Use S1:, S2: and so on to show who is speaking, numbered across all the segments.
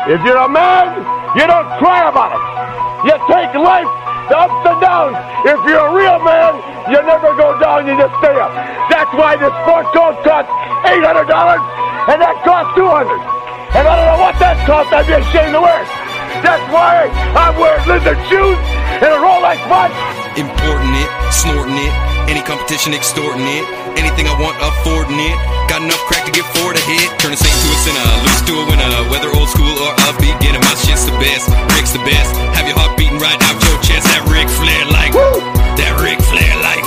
S1: If you're a man, you don't cry about it. You take life, the ups and downs. If you're a real man, you never go down, you just stay up. That's why this sport coat costs $800 and that costs 200 And I don't know what that costs, I'd be ashamed to wear it. That's why I'm wearing lizard shoes and a Rolex watch.
S2: Importing it, snorting it, any competition extorting it, anything I want affording it. Got enough crack to get four to hit. Turn a saint to a sinner, lose to a winner. Whether old school or upbeat, getting my shit's the best. Rick's the best. Have your heart beating right out your chest. That Rick Flair like,
S1: Woo!
S2: that Rick Flair like.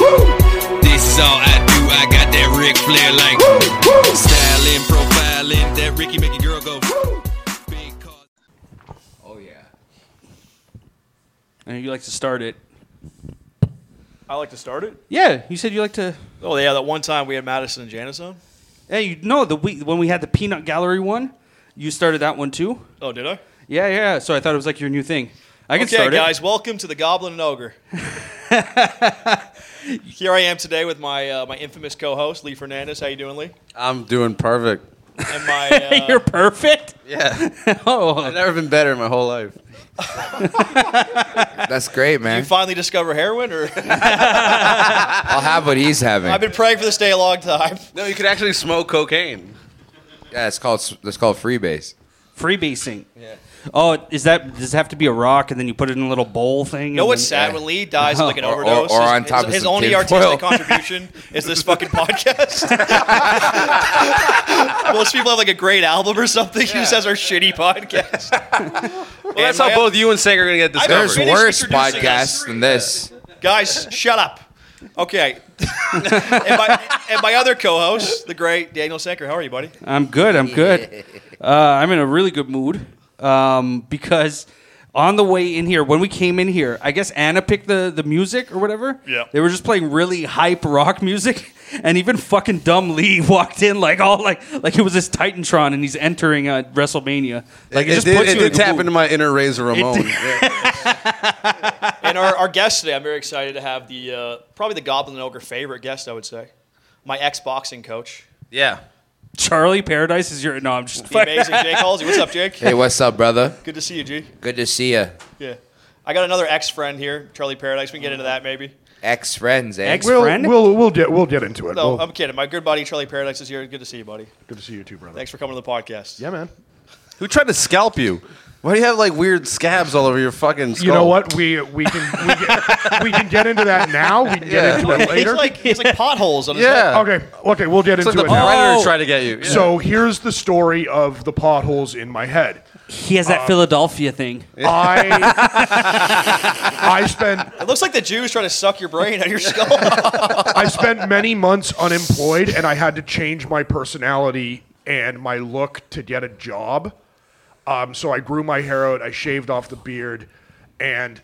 S2: This is all I do. I got that Rick Flair like. Styling, profiling, that Ricky make a girl go. Woo! Big cause.
S3: Oh yeah.
S4: And you like to start it.
S5: I like to start it.
S4: Yeah, you said you like to.
S5: Oh yeah, that one time we had Madison and Janice on.
S4: Hey, you know the week when we had the peanut gallery one, you started that one too.
S5: Oh, did I?
S4: Yeah, yeah. So I thought it was like your new thing. I can
S5: okay,
S4: start
S5: guys, welcome to the Goblin and Ogre. Here I am today with my uh, my infamous co-host Lee Fernandez. How you doing, Lee?
S3: I'm doing perfect.
S5: And my uh,
S4: it. You're perfect.
S3: Yeah. I've
S4: Oh,
S3: never been better in my whole life. That's great,
S5: you
S3: man.
S5: finally discover heroin, or
S3: I'll have what he's having.
S5: I've been praying for this day a long time.
S6: No, you could actually smoke cocaine.
S3: yeah, it's called it's called freebase.
S4: freebasing. Yeah. Oh, is that does it have to be a rock and then you put it in a little bowl thing?
S5: You know
S4: and
S5: what's
S4: then-
S5: sad when Lee dies of like an
S3: Or- or-
S5: overdose?
S3: or
S5: His-
S3: on top
S5: his,
S3: of
S5: his
S3: some
S5: only
S3: tin
S5: artistic
S3: foil.
S5: contribution is this fucking podcast. Most people have like a great album or something. He just has our shitty podcast. well,
S6: Well, that's how both you and Sanger are gonna get
S5: I've never
S3: There's
S6: discovered.
S5: finished
S3: worse
S5: introducing us.
S3: podcasts than this.
S5: Guys, shut up. Okay. and, my, and my other co-host, the great Daniel Sanker. How are you, buddy?
S4: I'm good. I'm good. Uh, I'm in a really good mood um, because on the way in here, when we came in here, I guess Anna picked the, the music or whatever.
S5: Yeah.
S4: They were just playing really hype rock music, and even fucking dumb Lee walked in like all like like it was this Titantron, and he's entering uh, WrestleMania. Like it, just
S6: did,
S4: puts
S6: it
S4: you
S6: did
S4: in a good
S6: tap
S4: mood.
S6: into my inner Razor Ramon.
S4: did.
S6: Yeah.
S5: And our, our guest today, I'm very excited to have the uh, probably the Goblin and Ogre favorite guest, I would say. My ex-boxing coach,
S6: yeah.
S4: Charlie Paradise is your no. I'm just
S5: the amazing Jake Halsey. What's up, Jake?
S3: Hey, what's up, brother?
S5: Good to see you, G.
S3: Good to see you.
S5: Yeah. I got another ex friend here, Charlie Paradise. We can get into that maybe.
S3: Ex friends, eh?
S4: Ex-
S7: We'll,
S4: friend?
S7: we'll we'll get we'll get into it.
S5: No,
S7: We'll-
S5: I'm kidding. My good buddy Charlie Paradise is here. Good to see you, buddy.
S7: good to see you too, brother.
S5: Thanks for coming to the podcast.
S7: Yeah, man.
S6: Who tried to scalp you? Why do you have like weird scabs all over your fucking skull?
S7: You know what? We we can we, get, we can get into that now. We can
S6: Yeah.
S7: get into it
S5: It's
S7: later.
S5: like it's like potholes on his head.
S6: Yeah.
S7: okay, okay, we'll get
S6: It's like
S7: into
S6: the
S7: it now.
S6: predator
S4: Oh.
S6: tried to get you. Yeah.
S7: So here's the story of the potholes in my head.
S4: He has that Philadelphia thing.
S7: I I spent
S5: It looks like the Jews trying to suck your brain out of your skull.
S7: I spent many months unemployed, and I had to change my personality and my look to get a job. Um, so I grew my hair out, I shaved off the beard, and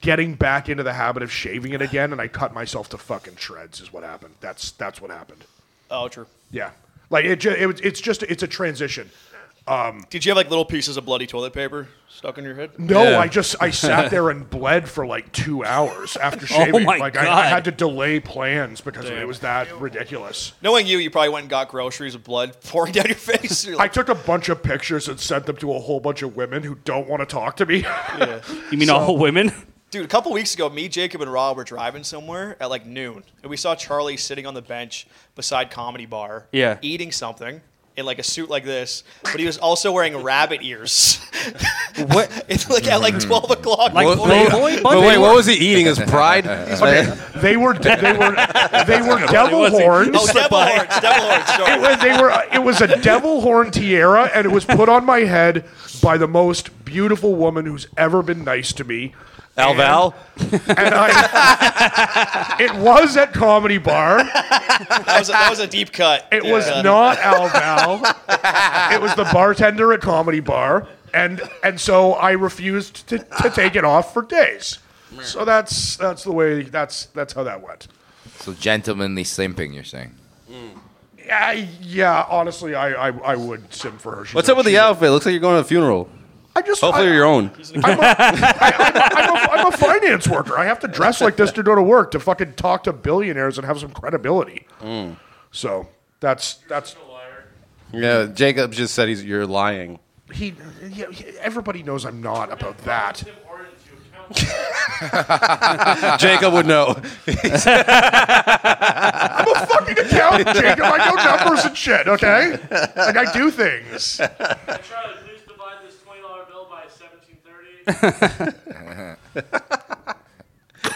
S7: getting back into the habit of shaving it again, and I cut myself to fucking shreds is what happened. That's that's what happened.
S5: oh, true.
S7: Yeah, like it. Ju- it was- it's just it's a transition.
S5: Did you have like little pieces of bloody toilet paper stuck in your head?
S7: No,
S6: Yeah.
S7: I just I sat there and bled for like two hours after shaving.
S4: Oh my
S7: like
S4: God.
S7: I, I had to delay plans because it was that ridiculous.
S5: Knowing you, you probably went and got groceries with blood pouring down your face. You're
S7: I
S5: like,
S7: took a bunch of pictures and sent them to a whole bunch of women who don't want to talk to me.
S4: You mean all women?
S5: Dude, a couple weeks ago, me, Jacob, and Rob were driving somewhere at like noon, and we saw Charlie sitting on the bench beside Comedy Bar,
S4: Yeah.
S5: eating something in like a suit like this, but he was also wearing rabbit ears.
S4: What?
S5: it's like at like twelve o'clock.
S4: Like
S5: Like,
S4: Playboy?
S6: But wait, what was he eating? His pride?
S7: they were they were they were devil horns.
S5: oh, devil horns, devil horns.
S7: It
S5: Sorry.
S7: was, they were it was a devil horn tiara and it was put on my head by the most beautiful woman who's ever been nice to me.
S6: Al Val?
S7: And I It was at comedy bar.
S5: That was, a, that was a deep cut.
S7: It
S5: Deep
S7: was
S5: cut.
S7: not Al Val. it was the bartender at comedy bar. And and so I refused to, to take it off for days. So that's that's the way that's that's how that went.
S3: So gentlemanly simping, you're saying?
S7: Yeah, yeah. Honestly, I, I, I would sim for her. She's
S6: What's up
S7: a
S6: with the
S7: cheater.
S6: outfit? Looks like you're going to a funeral.
S7: I just
S6: Hopefully,
S7: I,
S6: your own.
S7: I'm, a, I'm a finance worker. I have to dress like this to go to work to fucking talk to billionaires and have some credibility.
S6: Mm.
S7: So that's that's
S6: Yeah, Jacob just said he's you're lying.
S7: He, yeah, he- everybody knows I'm not about that.
S6: Jacob would know.
S7: I'm a fucking accountant, Jacob. I know numbers and shit. Okay, like I do things.
S8: I try to please divide this twenty dollar bill by seventeen thirty.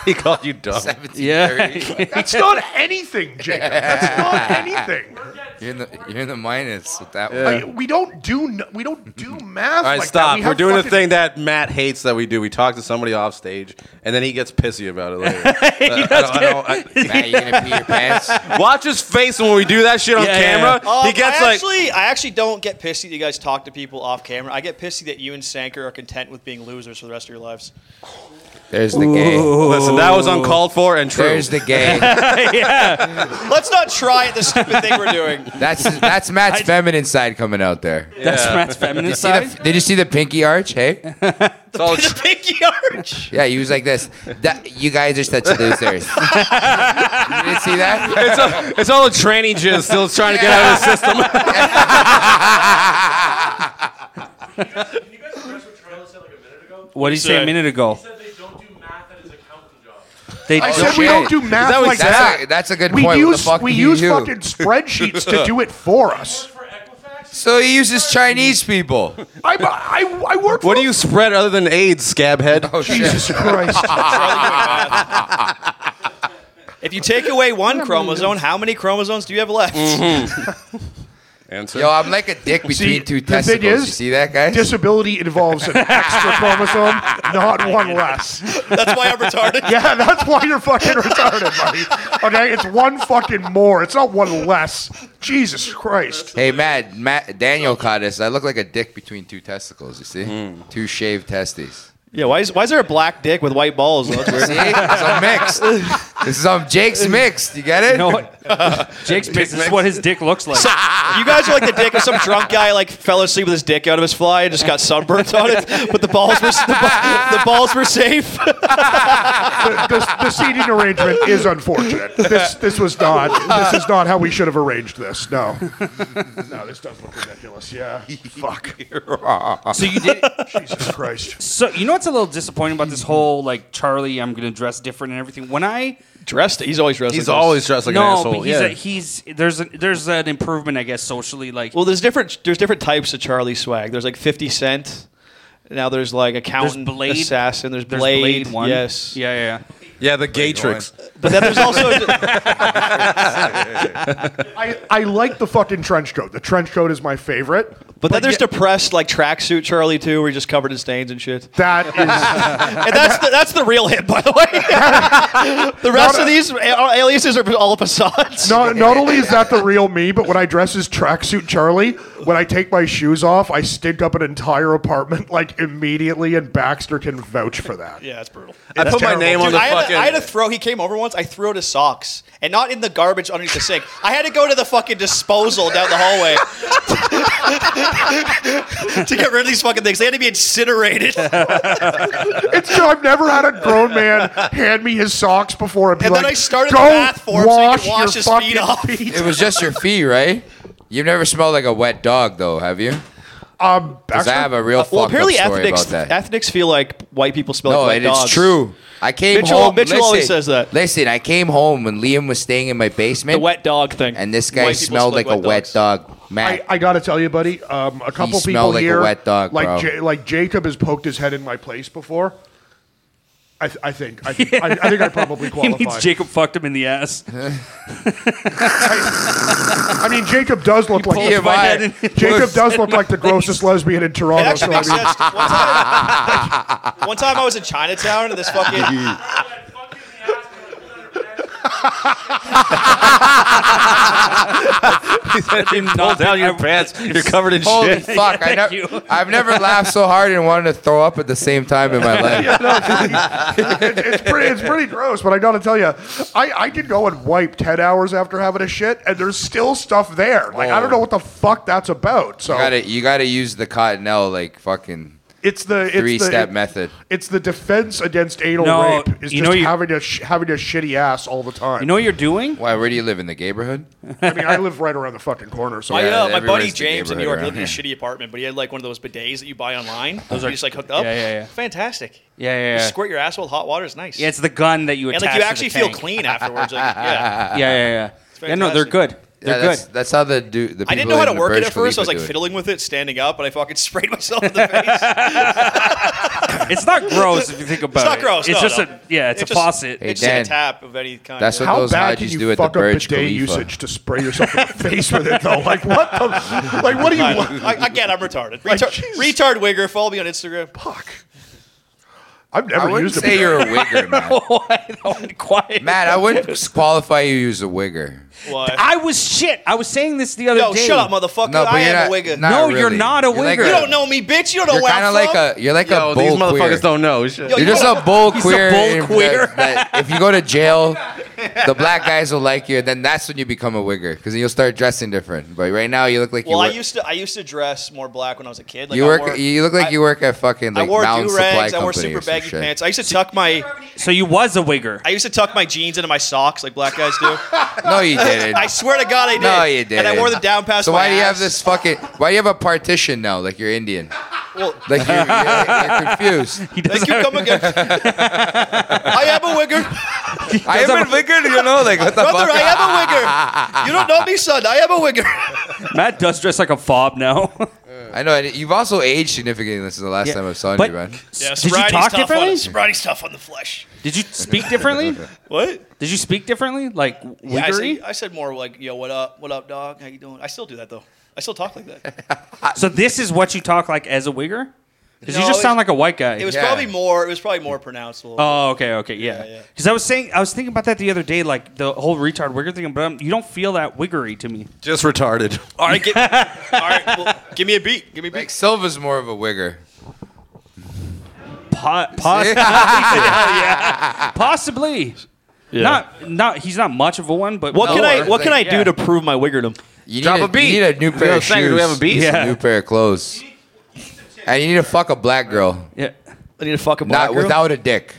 S6: he called you dumb.
S4: Yeah.
S7: That's not anything, Jacob. That's not anything.
S3: You're in the you're in the minus with that one.
S7: Like, we don't do n- we don't do math.
S6: All right,
S7: like That.
S6: stop.
S7: We
S6: We're
S7: have
S6: doing a
S7: fucking-
S6: thing that Matt hates that we do. We talk to somebody off stage, and then he gets pissy about it later. Uh, I don't- I don't- I-
S3: Matt, you gonna pee your pants?
S6: watch his face when we do that shit on
S4: Yeah, yeah,
S6: camera.
S5: Um,
S6: He
S7: Oh,
S6: gets
S5: I
S6: like,
S5: actually, I actually don't get pissy that you guys talk to people off camera. I get pissy that you and Sanker are content with being losers for the rest of your lives.
S3: There's the gay.
S6: listen, that was uncalled for and true.
S3: There's the gay.
S5: Let's not try at the stupid thing we're doing.
S3: That's that's Matt's feminine side coming out there.
S4: That's Matt's feminine
S3: See the-
S4: side.
S3: did you see the pinky arch? Hey,
S6: It's all-
S5: the pinky arch.
S3: yeah, he was like this. That, you guys are such losers. you didn't see that?
S6: it's, all- it's all a training jizz still trying to get out of the system.
S8: Can you guys address what Charlie said like a minute ago?
S4: What did he say a
S5: said-
S4: minute ago?
S8: He said they don't do math at his accounting job.
S4: They
S7: I
S4: don't-
S7: said
S3: shit.
S7: we don't do math
S6: what
S7: like
S6: he said?
S7: that.
S3: That's a, that's a good
S7: We
S3: point. what
S7: use
S3: the fuck
S7: we
S3: do you
S7: use
S3: do?
S7: fucking spreadsheets to do it for us.
S8: For Equifax,
S3: So he uses Chinese people.
S7: I I, I work.
S6: What
S7: for
S6: do you spread other than AIDS, scab head?
S3: Oh shit!
S7: Jesus Christ.
S5: If you take away one chromosome, how many chromosomes do you have left?
S6: Answer.
S3: Yo, I'm like a dick between
S7: See,
S3: two
S7: the thing
S3: testicles. you
S7: is-
S3: see that, guys?
S7: Disability involves an extra chromosome, not one less.
S5: That's why I'm retarded.
S7: Yeah, that's why you're fucking retarded, buddy. Okay, it's one fucking more. It's not one less. Jesus Christ.
S3: Hey, Matt, Matt, Daniel caught us. I look like a dick between two testicles. You see,
S7: Hmm.
S3: two shaved testes.
S5: Yeah, why is, why is there a black dick with white balls? That's weird.
S3: See, it's all mixed. This is on Jake's mixed. You get it?
S4: You know what?
S5: Uh,
S4: Jake's business is what his dick looks like.
S5: You guys are like the dick of some drunk guy like fell asleep with his dick out of his fly and just got sunburnt on it, but the balls were the, ba- the balls were safe.
S7: The, the, the seating arrangement is unfortunate. This this was not this is not how we should have arranged this. No. No, this does look ridiculous. Yeah. Fuck.
S4: So you did.
S7: Jesus Christ.
S4: So you know what's a little disappointing about this whole like Charlie, I'm gonna dress different and everything. When I
S5: Dressed, he's always dressed.
S6: He's
S5: like this.
S6: always dressed like an
S4: no,
S6: asshole.
S4: but he's
S6: yeah.
S4: a, he's there's a, there's an improvement, I guess, socially. Like
S5: Well, there's different there's different types of Charlie swag. There's like 50 Cent. Now there's like accountant,
S4: There's Blade.
S5: assassin. There's
S4: there's
S5: Blade.
S4: Blade one.
S5: Yes.
S4: Yeah, yeah. yeah.
S6: yeah, the gay tricks.
S5: But then there's also
S7: I, I like the fucking trench coat. The trench coat is my favorite.
S5: but then there's depressed like tracksuit Charlie too, where he's just covered in stains and shit.
S7: That is
S5: And that's the, that's the real hit, by the way. the rest of these a- aliases are all facades.
S7: Not, not only is that the real me, but when I dress as tracksuit Charlie, when I take my shoes off, I stink up an entire apartment like immediately, and Baxter can vouch for that.
S5: Yeah, that's brutal.
S6: I put my
S7: terrible.
S6: name on
S5: Dude,
S6: the
S5: I had,
S6: fucking.
S5: a, I had a throw. He came over once. I threw out his socks, and not in the garbage underneath the sink. I had to go to the fucking disposal down the hallway to get rid of these fucking things. They had to be incinerated. and
S7: It's true. I've never had a grown man hand me his socks before and be
S5: And then
S7: like,
S5: I started the
S7: "Go
S5: bath for him so he could
S7: wash,
S5: wash
S7: your
S5: his
S7: fucking
S5: feet off."
S7: feet."
S3: It was just your fee, right? You've never smelled like a wet dog, though, have you?
S7: Um,
S3: Because I have
S7: Baxter,
S3: a real fucked
S5: uh, well,
S3: up
S5: apparently
S3: story
S5: ethnics
S3: about that.
S5: ethnics feel like white people smell
S3: no,
S5: like
S3: and
S5: wet dogs.
S3: it's true. I came
S5: Mitchell-
S3: home.
S5: Mitchell
S3: listen,
S5: always says that.
S3: Listen, I came home when Liam was staying in my basement,
S5: The wet dog thing.
S3: and this guy
S5: White people
S3: smelled
S5: smell
S3: like a wet
S5: dogs.
S3: dog. Matt,
S7: I, I gotta tell you, buddy. Um, a couple people
S3: smelled like a
S7: here,
S3: wet dog,
S7: like
S3: bro.
S7: Ja- like Jacob has poked his head in my place before. I, th- I think I, th- I, I think I probably
S4: He
S7: qualify.
S4: means Jacob fucked him in the ass.
S7: I mean, Jacob does look like
S3: Here,
S4: my
S3: bye.
S4: head in-
S7: Jacob does look like the grossest lesbian in
S5: It
S7: Toronto.
S5: actually
S7: So I
S5: makes
S7: mean,
S5: sense. One time- one time I was in Chinatown and this fucking
S8: I fucked you in the ass and I put on your pants.
S6: pull down your pants. You're covered in
S3: Holy
S6: shit.
S3: fuck! I never,
S4: you.
S3: I've never laughed so hard and wanted to throw up at the same time in my life.
S7: it- it's, pretty, it's pretty gross, but I gotta tell you, I, I could go and wipe 10 hours after having a shit, and there's still stuff
S3: Oh.
S7: there. Like, I don't know what the fuck that's about. So,
S3: You gotta, you gotta use the cottonelle like fucking
S7: It's the it's
S3: Three
S7: the,
S3: step method.
S7: It's the defense against anal
S4: No,
S7: rape. Is
S4: you
S7: just
S4: know you-
S7: having a sh- having a shitty ass all the time.
S4: You know what you're doing?
S3: Why? Where do you live in the neighborhood?
S7: I mean, I live right around the fucking corner, so
S5: My, uh,
S3: Yeah,
S5: my buddy
S3: everywhere's the
S5: James in New
S3: neighborhood
S5: York lived
S3: around
S5: in a
S3: here.
S5: shitty apartment, but he had like one of those bidets that you buy online. Those
S4: are-
S5: are just like hooked up.
S4: Yeah, yeah, yeah.
S5: Fantastic.
S4: Yeah, yeah,
S5: You
S4: yeah.
S5: squirt your asshole with hot water. It's nice.
S4: Yeah, it's the gun that you
S5: and
S4: attach.
S5: like you
S4: to the
S5: actually feel
S4: tank.
S5: clean afterwards. Like, yeah.
S4: Yeah, yeah, yeah. Yeah, no, they're
S5: fantastic.
S4: good.
S3: Yeah,
S4: They're
S3: that's,
S4: good.
S3: that's how the do the people
S5: I didn't know how to
S3: in
S5: work it
S3: Burj
S5: at first. I was
S3: Khalifa
S5: like
S3: do it.
S5: fiddling with it, standing up, and I fucking sprayed myself in the face.
S4: It's not gross if you think about it.
S5: not gross,
S4: It's
S5: no,
S4: just
S5: no.
S4: a yeah. It's
S5: It
S4: a
S5: just-
S4: faucet.
S3: Hey,
S5: it's just like
S3: Dan.
S5: a tap of any kind.
S3: That's what
S7: How
S3: those
S7: bad can
S3: Hodges
S7: you
S3: do at the
S7: fuck up
S3: Burj
S7: bidet
S3: Khalifa.
S7: usage to spray yourself in the face with it though? Like what? The, like what do you?
S5: I,
S7: want?
S5: I- again, I'm retarded.
S7: Like,
S5: Retard,
S7: Jesus.
S5: retard wigger. Follow me on Instagram.
S7: Fuck. I've
S3: I
S7: never
S3: wouldn't
S7: used it.
S3: say you're a wigger, Matt.
S4: Quiet.
S3: Matt, I wouldn't qualify you as a wigger.
S5: Why?
S4: I was shit. I was saying this the other
S5: Yo,
S4: day.
S5: shut up, motherfucker.
S3: No, but
S5: I
S3: you're
S5: am
S3: not,
S5: a wigger.
S3: not
S4: No,
S3: really.
S4: you're not a
S3: You're like
S4: wigger.
S5: you don't know me, bitch. You don't know
S3: You're
S5: where
S3: kind
S5: I'm
S3: of like
S5: from.
S3: a. You're like
S6: Yo,
S3: a bull
S6: these motherfuckers
S3: queer.
S6: don't know. Shit.
S5: Yo,
S3: You're just a bull queer.
S4: bull
S3: and
S4: queer.
S3: that- that if you go to jail, the black guys will like you. Then that's when you become a wigger because you'll start dressing different. But right now, you look like
S5: Well,
S3: you
S5: I
S3: work.
S5: used to I used to dress more black when I was a kid. Like
S3: you
S5: I
S3: work.
S5: wore-
S3: you look like
S5: I-
S3: you work at fucking
S5: I
S3: like
S5: wore
S3: Mountain
S5: do
S3: Supply
S5: rags.
S3: Company.
S5: I wore super
S3: or some
S5: baggy
S3: shit.
S5: pants. I used to tuck my
S4: So you was a wigger.
S5: I used to tuck my jeans into my socks like black guys do.
S3: No, you didn't.
S5: I swear to God, I did.
S3: No, you did.
S5: And I wore them down past.
S3: So
S5: my
S3: why do you have
S5: ass.
S3: this fucking? Why do you have a partition now? Like you're Indian.
S5: Well,
S3: Like you're, you're, you're confused.
S4: he doesn't
S5: thank you. Come again. I am a wigger,
S3: I am a wigger. You know, like what the
S5: brother.
S3: fuck?
S5: I am a wigger. You don't know me, son. I am a wigger.
S4: Matt does dress like a fob now.
S3: I know. and You've also aged significantly since the last
S4: Yeah,
S3: time I saw
S4: but-
S3: you, man.
S5: Yeah,
S4: Did you
S5: sobriety's
S4: talk
S5: tough on
S4: differently?
S5: us. Sobriety's tough on the flesh.
S4: Did you speak differently?
S5: What?
S4: Did you speak differently? Like wiggery?
S5: I said, I said more like, yo, what up? What up, dog? How you doing? I still do that though. I still talk like that.
S4: so this is what you talk like as a wigger? Because you
S5: No,
S4: just
S5: it-
S4: sound like a white guy.
S5: It was
S3: Yeah.
S5: probably more. It was probably more pronounceable.
S4: Oh, okay, okay, yeah.
S5: yeah.
S4: Because I was saying, I was thinking about that the other day, like the whole retard wigger thing. But um, you don't feel that wiggery to me.
S6: Just retarded.
S5: all right, get, all right. Well, give me a beat. Give me a
S3: Like
S5: beat.
S3: Silva's more of a wigger.
S4: Po- pos- possibly. Not, not. He's not much of a one, but
S5: What can I?
S3: Or-
S5: What can I do
S4: yeah.
S5: to prove my wiggerdom?
S3: You
S6: Drop
S3: need
S6: a beat.
S3: You need a new
S6: We
S3: pair
S6: have
S3: of
S6: a singer,
S3: shoes.
S6: do we have a beat?
S4: Yeah.
S3: A new pair of clothes. And you need to fuck a black girl,
S4: Yeah,
S5: I need to fuck a black
S3: not
S5: girl.
S3: without a dick.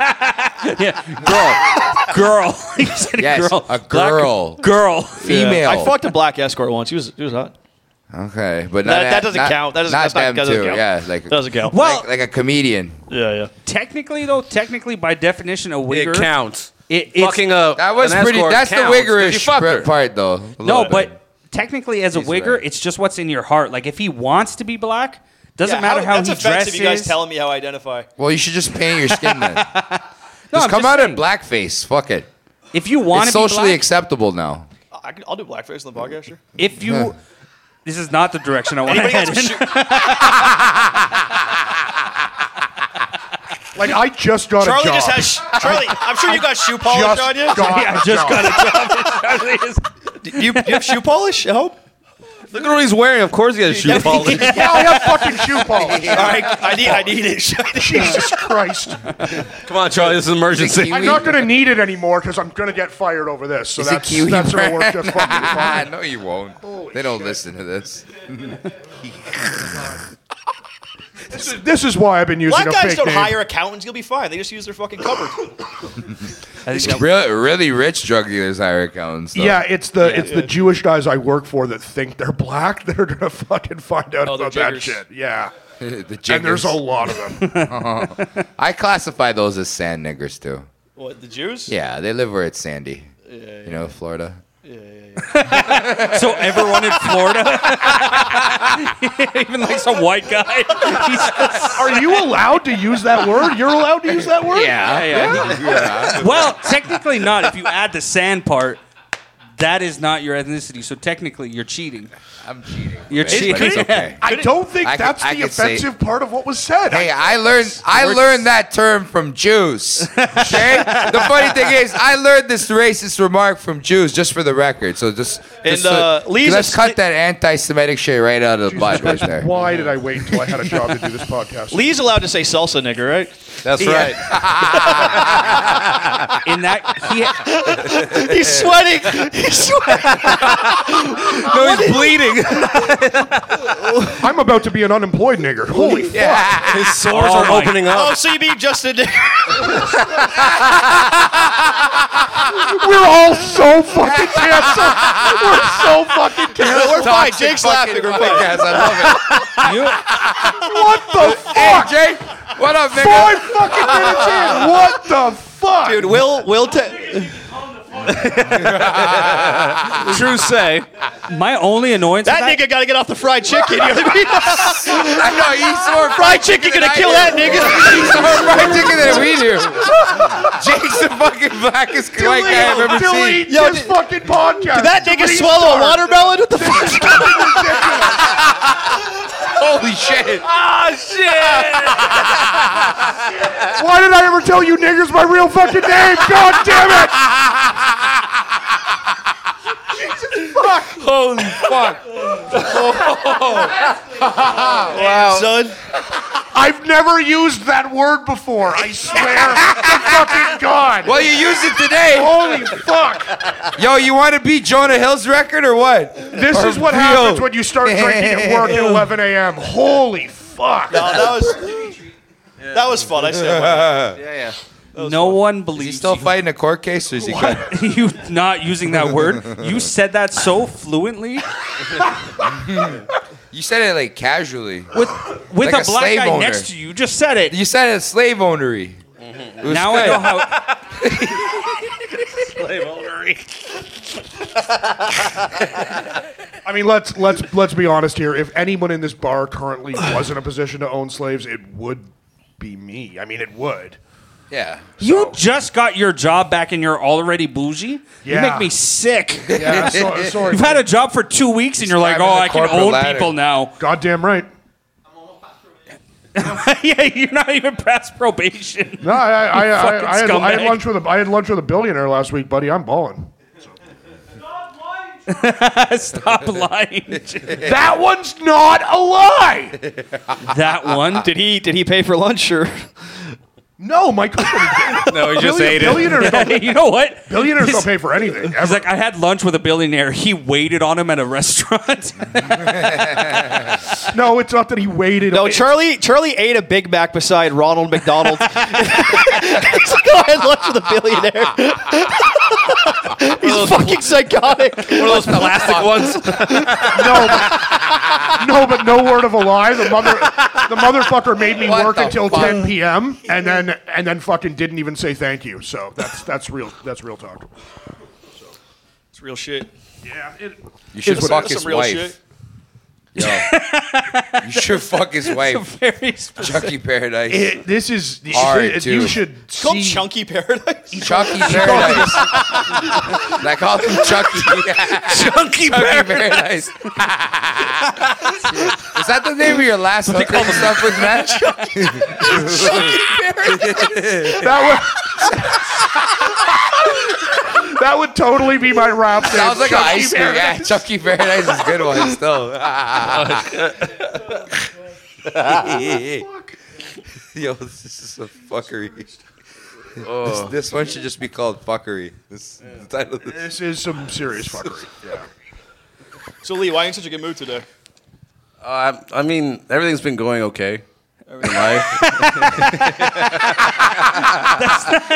S4: yeah. Girl, girl. he said
S3: Yes,
S4: girl.
S3: a
S4: Black
S3: girl.
S4: girl.
S5: Yeah.
S3: Female.
S5: I fucked a black escort once. He was he was hot.
S3: Okay, but
S5: That,
S3: not,
S5: that doesn't
S3: not-
S5: count. That doesn't.
S3: not
S5: that's
S3: them
S5: not, doesn't
S3: too.
S5: count.
S3: Yeah, like
S5: doesn't count.
S4: Well,
S3: like, like a comedian.
S5: Yeah, yeah.
S4: technically though, technically by definition, a
S6: It
S4: wigger
S6: counts.
S4: It- it's-
S6: Fucking a
S3: That was
S6: an
S3: pretty.
S6: escort
S3: That's the
S6: counts 'cause you
S3: wiggerish
S6: fucked
S3: pr-
S6: her.
S3: part, though. a
S4: No,
S3: little
S4: but
S3: bit.
S4: technically, as a
S3: He's
S4: wigger,
S3: right.
S4: it's just what's in your heart. Like if he wants to be black, doesn't matter how,
S5: that's
S4: he
S5: offensive.
S4: dresses.
S5: You guys telling me how I identify.
S3: well, you should just paint your skin then. just
S4: No, I'm
S3: come
S4: just
S3: out
S4: saying,
S3: in blackface. Fuck it.
S4: If you want
S3: It's
S4: to be
S3: socially
S4: black,
S3: acceptable now.
S5: I can, I'll do blackface on the podcast. Sure.
S4: if you, this is not the direction I want to
S5: Anybody got
S4: head
S5: some
S4: in.
S5: shoe-
S7: Like I just got
S5: Charlie
S7: a job.
S5: just has. sh- Charlie, I'm sure you got shoe polish
S7: just
S5: on you.
S7: got
S4: Yeah,
S7: a
S4: I just
S7: job.
S4: got a job.
S5: Do you, do you have shoe polish? I hope.
S6: Look at what he's wearing. Of course he has shoe polish.
S7: yeah, I have fucking shoe polish.
S5: All right, I need. I need it.
S7: Jesus Christ!
S6: Come on, Charlie. This is an emergency.
S7: I'm not gonna need it anymore because I'm gonna get fired over this. So
S3: Is it
S7: that's
S3: kiwi
S7: that's gonna
S3: brand?
S7: work just fucking fine.
S3: no, you won't. they don't listen to this.
S7: This is, this is why I've been using
S5: Black
S7: a
S5: guys
S7: fake
S5: don't
S7: name.
S5: hire accountants. You'll be fine. They just use their fucking cupboard.
S4: I think that,
S3: Really, really rich drug dealers hire accountants. Though.
S7: Yeah, it's the it's the Jewish guys I work for that think they're black. They're gonna fucking find out
S5: Oh, they're
S7: about that
S5: jiggers.
S7: shit. Yeah,
S3: the
S7: and there's
S3: jiggers.
S7: a lot of them.
S3: I classify those as sand niggers too.
S5: what the Jews?
S3: Yeah, they live where it's sandy. You know, Florida.
S4: so everyone in Florida, even like some white guy, he's just-
S7: Are you allowed to use that word? You're allowed to use that word?
S4: yeah, yeah. Well, technically not. If you add the sand part, that is not your ethnicity. So technically, you're cheating.
S3: I'm cheating.
S4: You're
S3: But it's
S4: cheating.
S3: okay.
S7: I don't think
S3: I could-
S7: that's
S3: I
S7: the
S3: could say-
S7: offensive part of what was said.
S3: Hey, I learned I learned that term from Jews. Okay? the funny thing is, I learned this racist remark from Jews, just for the record. So just,
S5: And,
S3: just so-
S5: uh, Lee's a
S3: let's
S5: sni-
S3: cut that anti-Semitic shit right out of the
S7: Jesus
S3: Bible right
S7: Christ,
S3: there.
S7: why did I wait until I had a job to do this podcast?
S5: Lee's allowed to say salsa, nigga, right?
S6: That's right.
S4: In that, he,
S5: He's sweating. He's
S6: no, he's bleeding.
S7: I'm about to be an unemployed nigger. Holy fuck.
S6: His sores are opening up.
S5: Oh, so you mean just a nigger?
S7: We're all so fucking canceled. We're so fucking canceled.
S5: We're fine. Jake's laughing. We're fine.
S3: Yes, I love
S7: What the fuck?
S3: it. Hey, Jake, what up, nigga?
S7: Five fucking minutes in. What the fuck?
S5: Dude, Will, Will, ta-
S4: True say. My only annoyance.
S5: that
S4: with
S5: nigga got to get off the fried chicken. You know what I mean?
S3: I know he swore
S5: fried chicken gonna kill that nigga.
S3: He swore fried chicken than we do. Jake's the fucking blackest white guy I've ever
S7: Delete
S3: seen.
S5: Yo,
S7: this
S5: did-
S7: fucking podcast.
S5: Did that nigga
S7: Delete
S5: swallow a
S7: stars.
S5: watermelon? What the fuck?
S3: Holy shit.
S5: Ah,
S7: Why did I ever tell you niggers my real fucking name? God damn it!
S3: Holy fuck.
S5: Son,
S7: I've never used that word before. I swear to fucking God.
S3: Well, you used it today.
S7: Holy fuck!
S3: Yo, you want to beat Jonah Hill's record or what?
S7: This is what happens when you start drinking at work at 11 a.m. Holy fuck!
S5: no, that was that was fun. I said,
S4: that, no one believes
S3: He's still
S4: you.
S3: fighting a court case or is he good?
S4: you not using that word. You said that so fluently
S3: You said it like casually.
S4: with with a
S3: Like
S4: black
S3: a slave
S4: guy
S3: owner.
S4: next to you. You Just said it.
S3: You said it slave ownery. It was
S4: now I
S3: good.
S4: know how.
S7: I mean, let's let's let's be honest here. If anyone in this bar currently was in a position to own slaves, it would be me. I mean, it would.
S3: Yeah.
S4: You just got your job back and you're already bougie.
S7: Yeah.
S4: You make me sick.
S7: Yeah, so, sorry.
S4: You've had a job for two weeks and you're like, oh,
S3: climbing the
S4: I can
S3: corporate
S4: own
S3: ladder.
S4: people now.
S7: Goddamn right.
S4: yeah, you're not even past probation.
S7: No, I I, I, I,
S4: fucking
S7: I, had, I had
S4: scumbag.
S7: lunch with a I had lunch with a billionaire last week, buddy. I'm balling.
S8: Stop lying.
S4: Stop lying.
S7: That one's not a lie.
S4: that one.
S5: did he did he pay for lunch or?
S7: No, my company. did.
S6: No, he just
S7: Billion-
S6: ate it.
S7: billionaires don't
S4: you know what?
S7: billionaires don't pay for anything.
S4: He's
S7: ever.
S4: like, I had lunch with a billionaire. He waited on him at a restaurant.
S7: no, it's not that he waited.
S5: No,
S7: It-
S5: Charlie Charlie ate a Big Mac beside Ronald McDonald. He's like, "Oh, I had lunch with a billionaire. He's fucking psychotic.
S6: One of those plastic ones.
S7: no, but, no, but no word of a lie. The mother, the motherfucker made me
S3: What
S7: work
S3: the
S7: until
S3: fuck?
S7: 10 p.m. and then and then fucking didn't even say thank you. So that's that's real. That's real talk.
S5: It's real shit.
S7: Yeah, it,
S3: You should
S5: That's-
S3: fuck
S5: that's
S3: his
S5: some real
S3: wife.
S5: shit.
S3: Yo. you should fuck his wife.
S4: Very specific.
S3: Chucky Paradise.
S7: it, this is it-
S3: Hard,
S7: it-
S3: too.
S7: you should
S5: It's called
S7: see.
S5: Chunky Paradise.
S3: Chucky Paradise. I call him Chucky.
S4: Chunky
S3: Chucky Paradise. Is that the name of your last hook stuff with Matt?
S7: that would that would totally be my rap.
S3: Sounds like an
S7: Chucky
S3: ice cream. Yeah,
S7: Paradise.
S3: Chucky Paradise is a good one still. Yo, this is a fuckery.
S6: Oh.
S3: This, this one should just be called fuckery. This the title of this.
S7: This is some serious fuckery. Yeah.
S5: So Lee, why are you in such a good mood today?
S6: Uh, I mean, everything's been going okay. In life.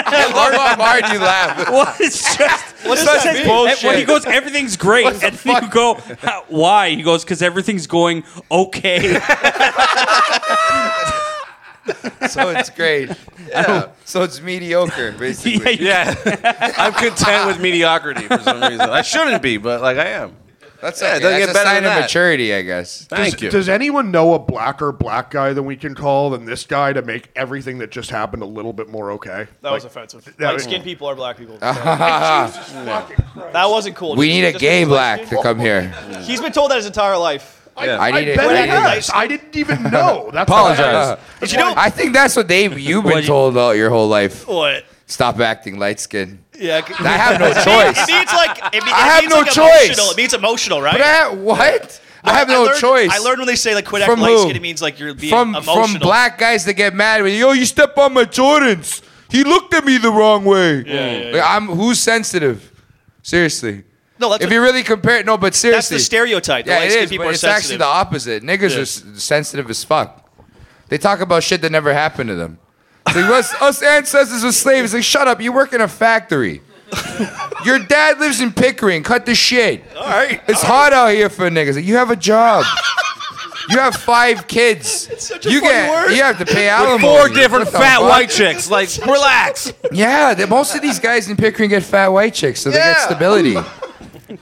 S3: I love how hard you laugh.
S4: Well, it's just.
S5: What's that
S4: Just says-
S5: mean?
S4: and When he goes, everything's great. and then you go, "How- why? He goes, because everything's going okay.
S3: So it's great. Yeah. So it's mediocre, basically.
S4: Yeah, you-
S6: Yeah, I'm content with mediocrity for some reason. I shouldn't be, but like I am.
S3: That's
S6: Yeah, it
S3: okay.
S6: doesn't
S3: That's
S6: get
S3: a
S6: better
S3: sign
S6: than
S3: of
S6: that.
S3: maturity, I guess.
S6: Thank
S7: does,
S6: you.
S7: does anyone know a blacker black guy that we can call than this guy to make everything that just happened a little bit more okay?
S5: That was
S7: Like,
S5: offensive.
S7: that
S5: like
S7: was-
S5: skin people are black people. that wasn't cool.
S3: We
S5: Just-
S3: need a
S5: just-
S3: gay
S5: just-
S3: black to come here.
S5: He's been told that his entire life.
S6: Yeah.
S3: I need
S7: I
S3: it.
S7: bet
S5: What
S7: it
S5: happened?
S7: has. I didn't even know. That's
S3: Apologize.
S5: Did you know?
S3: I think that's what Dave you've
S4: What
S3: been
S4: you-
S3: told all your whole life.
S5: what?
S3: Stop acting light skinned.
S5: Yeah.
S3: I have no
S5: It
S3: choice.
S5: means like it, mean, it
S3: I have
S5: means
S3: no
S5: like
S3: choice.
S5: emotional. It means emotional, right?
S3: But I- what? I have no
S5: learned-
S3: choice.
S5: I learned when they say like quit
S3: From
S5: acting light
S3: who?
S5: skin, it means like you're being
S3: from
S5: emotional.
S3: from black guys that get mad when yo you step on my Jordans. He looked at me the wrong way.
S5: yeah,
S3: Like, I'm who's sensitive. Seriously.
S5: No, that's
S3: if
S5: what-
S3: you really compare it. No, but seriously,
S5: That's the stereotype. The
S3: Yeah, it
S5: light-skinned
S3: is.
S5: people
S3: But
S5: are
S3: it's actually
S5: sensitive.
S3: the opposite. Niggas
S5: Yeah.
S3: are s- sensitive as fuck. They talk about shit that never happened to them. It's like us, us ancestors were slaves. Like, shut up. You work in a factory. Your dad lives in Pickering. Cut the shit.
S5: All right.
S3: It's hard out here for niggas. Like, you have a job. You have five kids.
S5: such a
S3: you
S5: funny word.
S3: You have to pay alimony.
S6: Four different
S3: What the
S6: fat
S3: fuck?
S6: white chicks. Like, relax.
S3: Yeah, they, most of these guys in Pickering get fat white chicks, so they get
S6: Yeah.
S3: stability.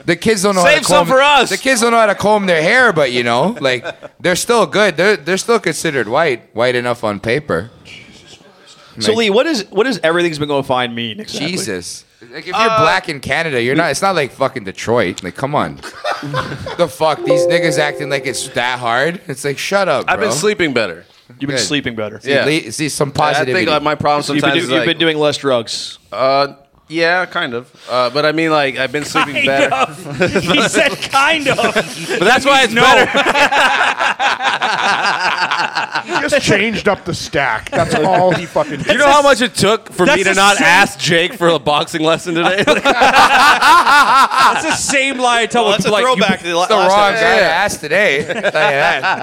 S3: The kids don't know how
S6: Save
S3: to
S6: some
S3: comb,
S6: for us.
S3: The kids don't know how to comb their hair, but you know, like they're still good. They're they're still considered white, white enough on paper.
S5: So Lee, what is what does everything's been going fine mean? Exactly?
S3: Jesus. Like if you're
S6: Uh,
S3: black in Canada, you're not. It's not like fucking Detroit. Like, come on, the fuck these niggas acting like it's that hard. It's like, shut up, bro.
S6: I've been sleeping better.
S5: You've been
S3: Good.
S5: sleeping better.
S6: Yeah.
S3: See, see some
S6: I
S3: positivity.
S6: think like, my problem
S5: You've, been,
S6: sometimes
S5: do-
S6: is
S5: you've
S6: like,
S5: been doing less drugs.
S6: uh, yeah, kind of. Uh, but I mean, like, I've been sleeping better.
S4: of. he said kind of.
S6: But that's why it's better.
S7: just changed up the stack. That's all he fucking did.
S6: You know how much it took for
S4: That's
S6: me to
S4: the
S6: not
S4: same-
S6: ask Jake for a boxing lesson today?
S4: That's the same lie I tell
S5: Well,
S4: him,
S5: Oh, that's a
S4: like, you-
S5: throwback to the
S3: the
S5: last
S3: wrong
S5: episode.
S3: guy to ask today.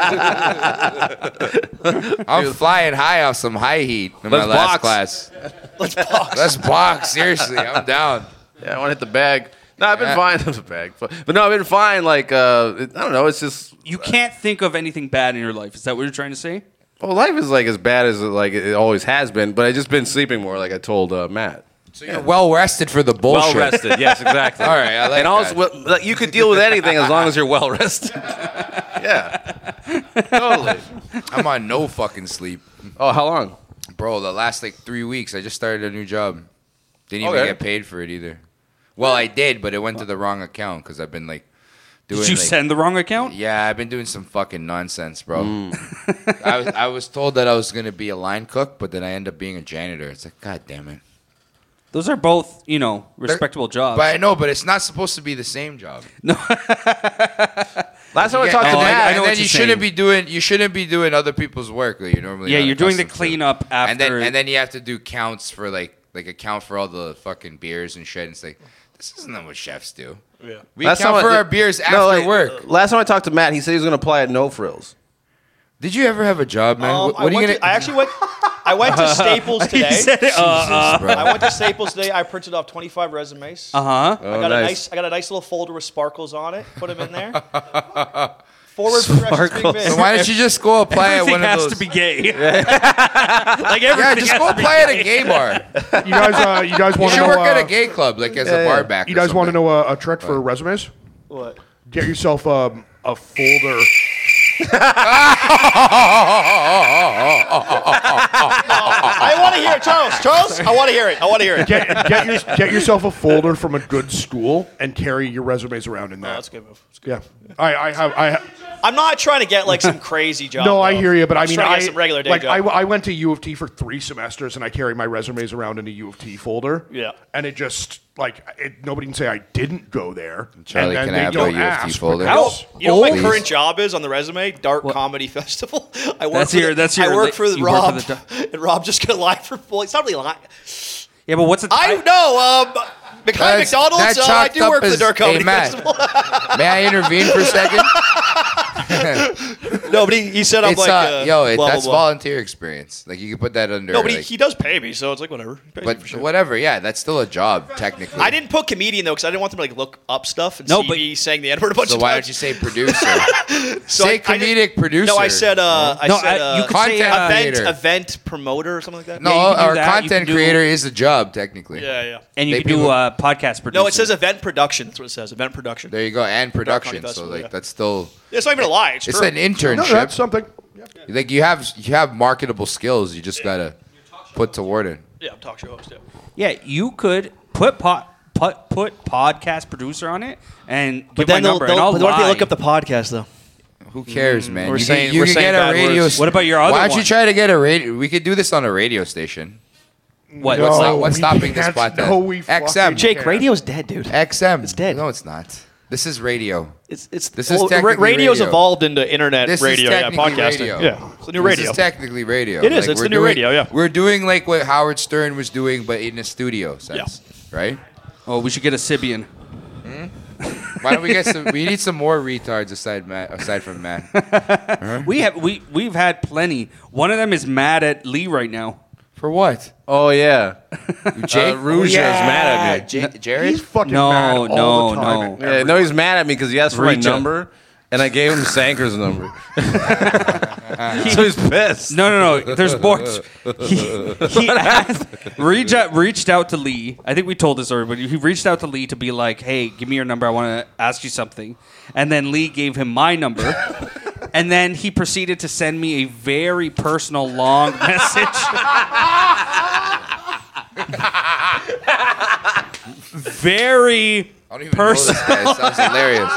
S3: I'll tell you that. I'm flying high off some high heat in my
S6: Let's
S3: last
S6: box.
S3: class. Let's box. Let's box. Seriously, I'm down.
S6: Yeah, I want to hit the bag. No, I've been
S3: Yeah.
S6: fine. the bag, but, but no, I've been fine. Like uh, it- I don't know. It's just
S4: you can't think of anything bad in your life. Is that what you're trying to say?
S6: well, life is like as bad as like it always has been. But I just been sleeping more, like I told uh, Matt.
S3: So you're well rested for the
S6: Well
S3: bullshit.
S6: rested. Yes, exactly.
S3: All right, I like
S6: and also,
S3: that.
S6: well, like, you could deal with anything as long as you're well rested. yeah, totally.
S3: I'm on no fucking sleep,
S6: Oh, how long?
S3: bro. The last like three weeks, I just started a new job. Didn't even
S6: Okay.
S3: get paid for it either. Well, I did, but it went to the wrong account because I've been like doing.
S4: Did you
S3: like,
S4: send the wrong account?
S3: Yeah, I've been doing some fucking nonsense, bro.
S5: Mm.
S3: I, was, I was told that I was going to be a line cook, but then I end up being a janitor. It's like, God damn it.
S4: Those are both, you know, respectable jobs.
S3: But I know, but it's not supposed to be the same job.
S6: Last time
S3: Yeah,
S6: I
S3: Oh,
S6: talked
S3: and
S6: to
S4: I-
S3: then-
S6: Matt,
S4: I
S3: and
S4: know
S3: then
S4: what
S3: you
S4: you're
S3: shouldn't
S4: saying.
S3: be doing you shouldn't be doing other people's work that you're normally.
S4: yeah,
S3: not
S4: you're doing the
S3: accustomed to.
S4: cleanup after.
S3: and then and then you have to do counts for like like account for all the fucking beers and shit. And it's like this isn't what chefs do. Yeah, we
S6: last
S3: account
S6: time I-
S3: for our beers
S6: no,
S3: after
S6: like,
S5: uh,
S3: work.
S6: Last time I talked to Matt, he said he was going to apply at No Frills.
S3: Did you ever have a job, man?
S5: Um,
S3: what what
S5: I,
S3: are you
S5: went
S3: gonna?
S5: to- I actually went. I went to Staples today.
S3: Jesus, bro.
S5: I went to Staples today. I printed off 25 resumes.
S7: Uh-huh.
S4: uh huh.
S5: I
S7: Oh,
S5: got a
S6: Oh, nice.
S5: nice. I got a nice little folder with sparkles on it. Put them in there. Forward progression. being made.
S3: So why don't you just go apply at
S4: Everything
S3: one of
S4: has
S3: those?
S4: to be gay. like everything.
S3: yeah, just
S4: has
S3: go
S4: to be
S3: apply at a gay bar.
S7: You guys, uh, you guys
S3: You
S7: want to
S3: should
S7: know?
S3: work
S7: uh,
S3: at a gay club, like as a bar back. or
S7: you guys want to
S3: something.
S7: know uh, a, a trick for resumes?
S5: What?
S7: Get yourself um, a folder.
S5: I want to hear it, Charles. Charles, I want to hear it. I want to hear it.
S7: Get get, your, get yourself a folder from a good school and carry your resumes around in
S5: Oh,
S7: that.
S5: that's a good move. That's a good-
S7: Yeah, I, I have. I ha-
S5: I'm not trying to get like some crazy job.
S7: no,
S5: though.
S7: I hear you, but I
S5: I'm just
S7: mean,
S5: trying to
S7: I
S5: get some regular day
S7: like I,
S5: job.
S7: I went to U of T for three semesters, and I carry my resumes around in a U of T folder.
S5: Yeah.
S7: and it just like it, nobody can say I didn't go there.
S3: Charlie,
S7: and then
S3: can I
S7: they
S3: have
S7: don't
S3: a U of T
S7: ask
S3: folder?
S7: because-
S3: How-
S5: you know what my
S3: Please.
S5: current job is on the resume? Dark Comedy Festival. I work
S4: That's
S5: for
S4: your-
S5: the-
S4: that's
S5: I
S4: your-
S5: work for
S4: you work for
S5: Rob,
S4: the dark-
S5: and Rob just gonna lie for bull. It's not really lying.
S4: Yeah, but what's the?
S5: I know. Um, behind
S3: That's-
S5: McDonald's,
S3: that
S5: uh, I
S3: chalked
S5: do
S3: up
S5: work for the
S3: as-
S5: Dark Comedy
S3: hey, Matt.
S5: Festival.
S3: May I intervene for a second?
S5: no, but he, he said I'm
S3: it's
S5: like,
S3: uh,
S5: uh,
S3: yo, it,
S5: blah, blah,
S3: that's
S5: blah.
S3: volunteer experience. Like you can put that under.
S5: No, but he,
S3: like-
S5: he does pay me, so it's like whatever. He pays me
S3: but
S5: for sure.
S3: whatever, yeah, that's still a job technically.
S5: I didn't put comedian though because I didn't want them to like look up stuff and
S4: No,
S5: see
S4: but-
S5: me saying the N word a bunch
S3: So
S5: of
S3: why
S5: times.
S3: don't you say producer?
S5: So
S3: say
S5: I- I didn't-
S3: comedic producer.
S5: No, I said. Uh, I
S4: No,
S5: said
S4: I-
S5: uh,
S4: you could say,
S3: Content
S4: uh,
S5: event
S3: creator.
S5: event promoter or something like that.
S3: no,
S4: Yeah, you can do
S3: our
S4: that, you
S3: content
S4: can do-
S3: creator is a job technically.
S5: Yeah, yeah.
S4: and you
S3: They
S4: can do
S3: people-
S4: uh, podcast producer.
S5: No, it says event production. That's what it says. Event production.
S3: There you go, and production.
S5: Comedy
S3: So
S5: Festival,
S3: like
S5: yeah.
S3: that's still
S5: it's not even a lie. It's,
S3: it's
S5: true.
S3: an internship.
S7: No, that's something.
S3: like you have you have marketable skills. You just gotta put toward it.
S5: yeah, I'm talk show host. Yeah.
S4: Yeah, you could put pot. Put, put podcast producer on it and give my number and I'll lie.
S5: podcast though?
S3: Who cares, man?
S5: We're
S3: you
S5: saying-
S3: can, you
S5: we're
S3: can
S5: saying
S3: get a
S5: bad
S3: radio.
S5: words.
S4: What about your other
S3: Why don't you
S4: one?
S3: try to get a radio? We could do this on a radio station.
S4: what?
S3: What's,
S7: No.
S3: not, what's
S7: Oh, we
S3: stopping this
S7: can't.
S3: podcast?
S7: No, we
S3: XM.
S7: fucking Jake, can't. radio's
S5: dead, dude.
S3: XM.
S5: It's dead.
S3: No, it's not. This is radio.
S5: It's it's oh,
S3: This is
S5: ra-
S3: technically
S5: radio's
S3: radio.
S5: evolved into internet
S3: This is
S5: radio, yeah,
S3: technically
S5: podcasting.
S3: radio.
S5: Yeah, it's a new
S3: this
S5: radio.
S3: is technically radio.
S5: It is, it's
S3: we're
S5: the new
S3: doing-
S5: radio, yeah.
S3: We're doing like what Howard Stern was doing, but in a studio sense. Right?
S4: Oh, we should get a Sibian.
S3: Why don't we get some? We need some more retards aside Matt, aside from Matt.
S4: We have we we've had plenty. One of them is mad at Lee right now.
S3: For what?
S6: Oh yeah,
S3: Jake?
S6: uh, Rouge is mad at me.
S3: Ja- Jared.
S7: He's fucking
S4: No,
S7: mad all
S4: no,
S7: the time.
S4: no.
S7: at
S6: Yeah, no, he's mad at me because he asked for
S4: Reach
S6: my
S4: up.
S6: number, and I gave him Sanker's number. so he's pissed.
S4: No, no, no. There's more. He, he asked, reach out, reached out to Lee. I think we told this already, but he reached out to Lee to be like, "Hey, give me your number. I want to ask you something." And then Lee gave him my number, and then he proceeded to send me a very personal, long message. very
S3: I don't even
S4: personal.
S3: know this guy. It sounds hilarious.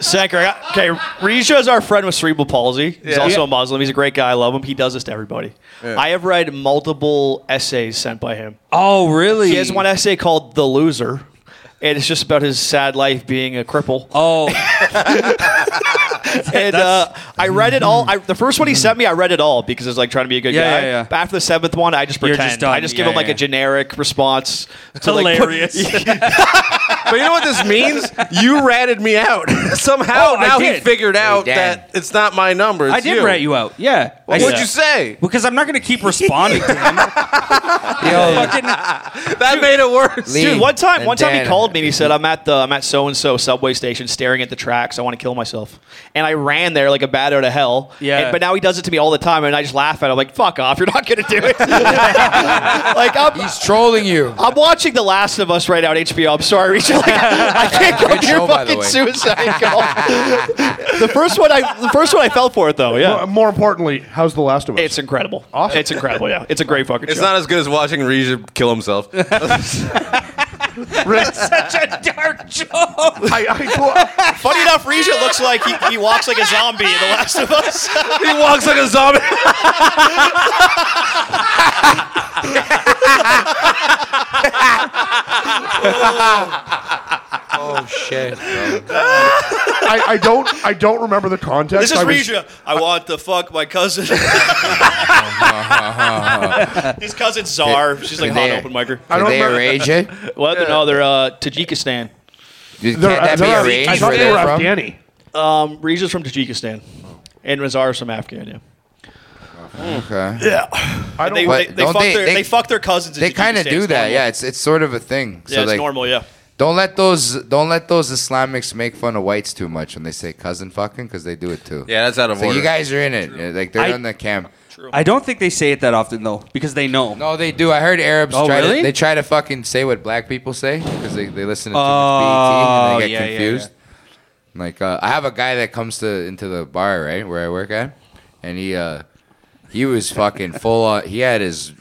S5: Sanker, I got- okay, Risha is our friend with cerebral palsy. He's
S6: Yeah.
S5: also
S6: Yeah.
S5: a Muslim. He's a great guy. I love him. He does this to everybody. I have read multiple essays sent by him.
S4: Oh, really?
S5: He has one essay called "The Loser," and it's just about his sad life being a cripple.
S4: Oh,
S5: and uh, I read it all. I, the first one he sent me, I read it all because I was like trying to be a good
S4: Yeah,
S5: guy.
S4: yeah, yeah.
S5: But after the seventh one, I just
S4: You're
S5: pretend.
S4: just done.
S5: I just give
S4: Yeah,
S5: him like
S4: yeah.
S5: a generic response. to, like, put-
S4: hilarious.
S6: But you know what this means? You ratted me out. Somehow
S4: Oh, I
S6: now he
S4: did.
S6: figured out
S3: Dan.
S6: that it's not my number. It's
S4: I did rat you out. Yeah. I
S6: What'd
S4: said-
S6: you say?
S4: Because I'm not going to keep responding to him. Fucking-
S6: That made it worse.
S3: Lee
S5: Dude, one time,
S3: and
S5: one time he
S3: Dan.
S5: called me and he said, "I'm at the I'm at so and so subway station, staring at the tracks. I want to kill myself." And I ran there like a bat out of hell.
S4: Yeah.
S5: And- but now he does it to me all the time, and I just laugh at him. I'm like, "Fuck off! You're not gonna do it." like I'm,
S3: He's trolling you.
S5: I'm watching The Last of Us right now on HBO. I'm sorry, Rachel. Like, I can't go
S3: Good
S5: near
S3: show, by the
S5: fucking
S3: way.
S5: suicide call. the first one, I the first one, I fell for it though.
S7: Mo- Uh, More,
S5: Yeah,
S7: importantly, how's the last of us?
S5: it's incredible. It's incredible. Yeah, it's a great fucking
S6: It's
S5: show.
S6: not as good as watching Regia kill himself.
S4: Such a dark joke.
S7: I, I,
S5: Funny enough, Risha looks like he, he walks like a zombie in The Last of Us.
S6: he walks like a zombie.
S3: Oh shit.
S7: I, I don't. I don't remember the context.
S5: This is
S7: I was-
S5: Risha. I want to fuck my cousin. His cousin's Czar. She's like a hot
S3: There.
S5: open micer.
S7: I
S3: Did
S7: don't
S3: they
S7: remember-
S3: arrange it?
S5: Well, no, they're uh, Tajikistan.
S3: Did,
S7: They're-
S3: can't that
S7: they're-
S3: be arranged
S7: I thought
S3: where
S7: they were
S3: they're from?
S7: Afghani.
S5: Um, Risha's from Tajikistan, and Razar's from Afghan. Yeah.
S3: Okay.
S7: I don't.
S5: They,
S3: But
S5: they, they,
S3: don't
S5: fuck
S3: they-
S5: their, they,
S3: they-
S5: fuck their cousins. in
S3: They kind
S5: Tajikistan.
S3: of do
S5: It's
S3: that.
S5: normal.
S3: Yeah, it's it's sort of a thing.
S5: Yeah,
S3: so
S5: it's
S3: like,
S5: normal. Yeah.
S3: Don't let those don't let those Islamics make fun of whites too much when they say cousin fucking because they do it too.
S6: Yeah, that's out of
S3: So
S6: order.
S3: you guys are in it. Yeah, Like they're
S4: I-
S3: in the camp.
S4: I don't think they say it that often though, because they know.
S3: No, they do. I heard Arabs
S4: Oh,
S3: try
S4: really?
S3: to they try to fucking say what black people say because they, they listen to too
S4: Oh,
S3: much BET and they
S4: yeah,
S3: get
S4: yeah,
S3: confused. Like uh, I have a guy that comes to into the bar right where I work at, and he uh he was fucking full on. He had his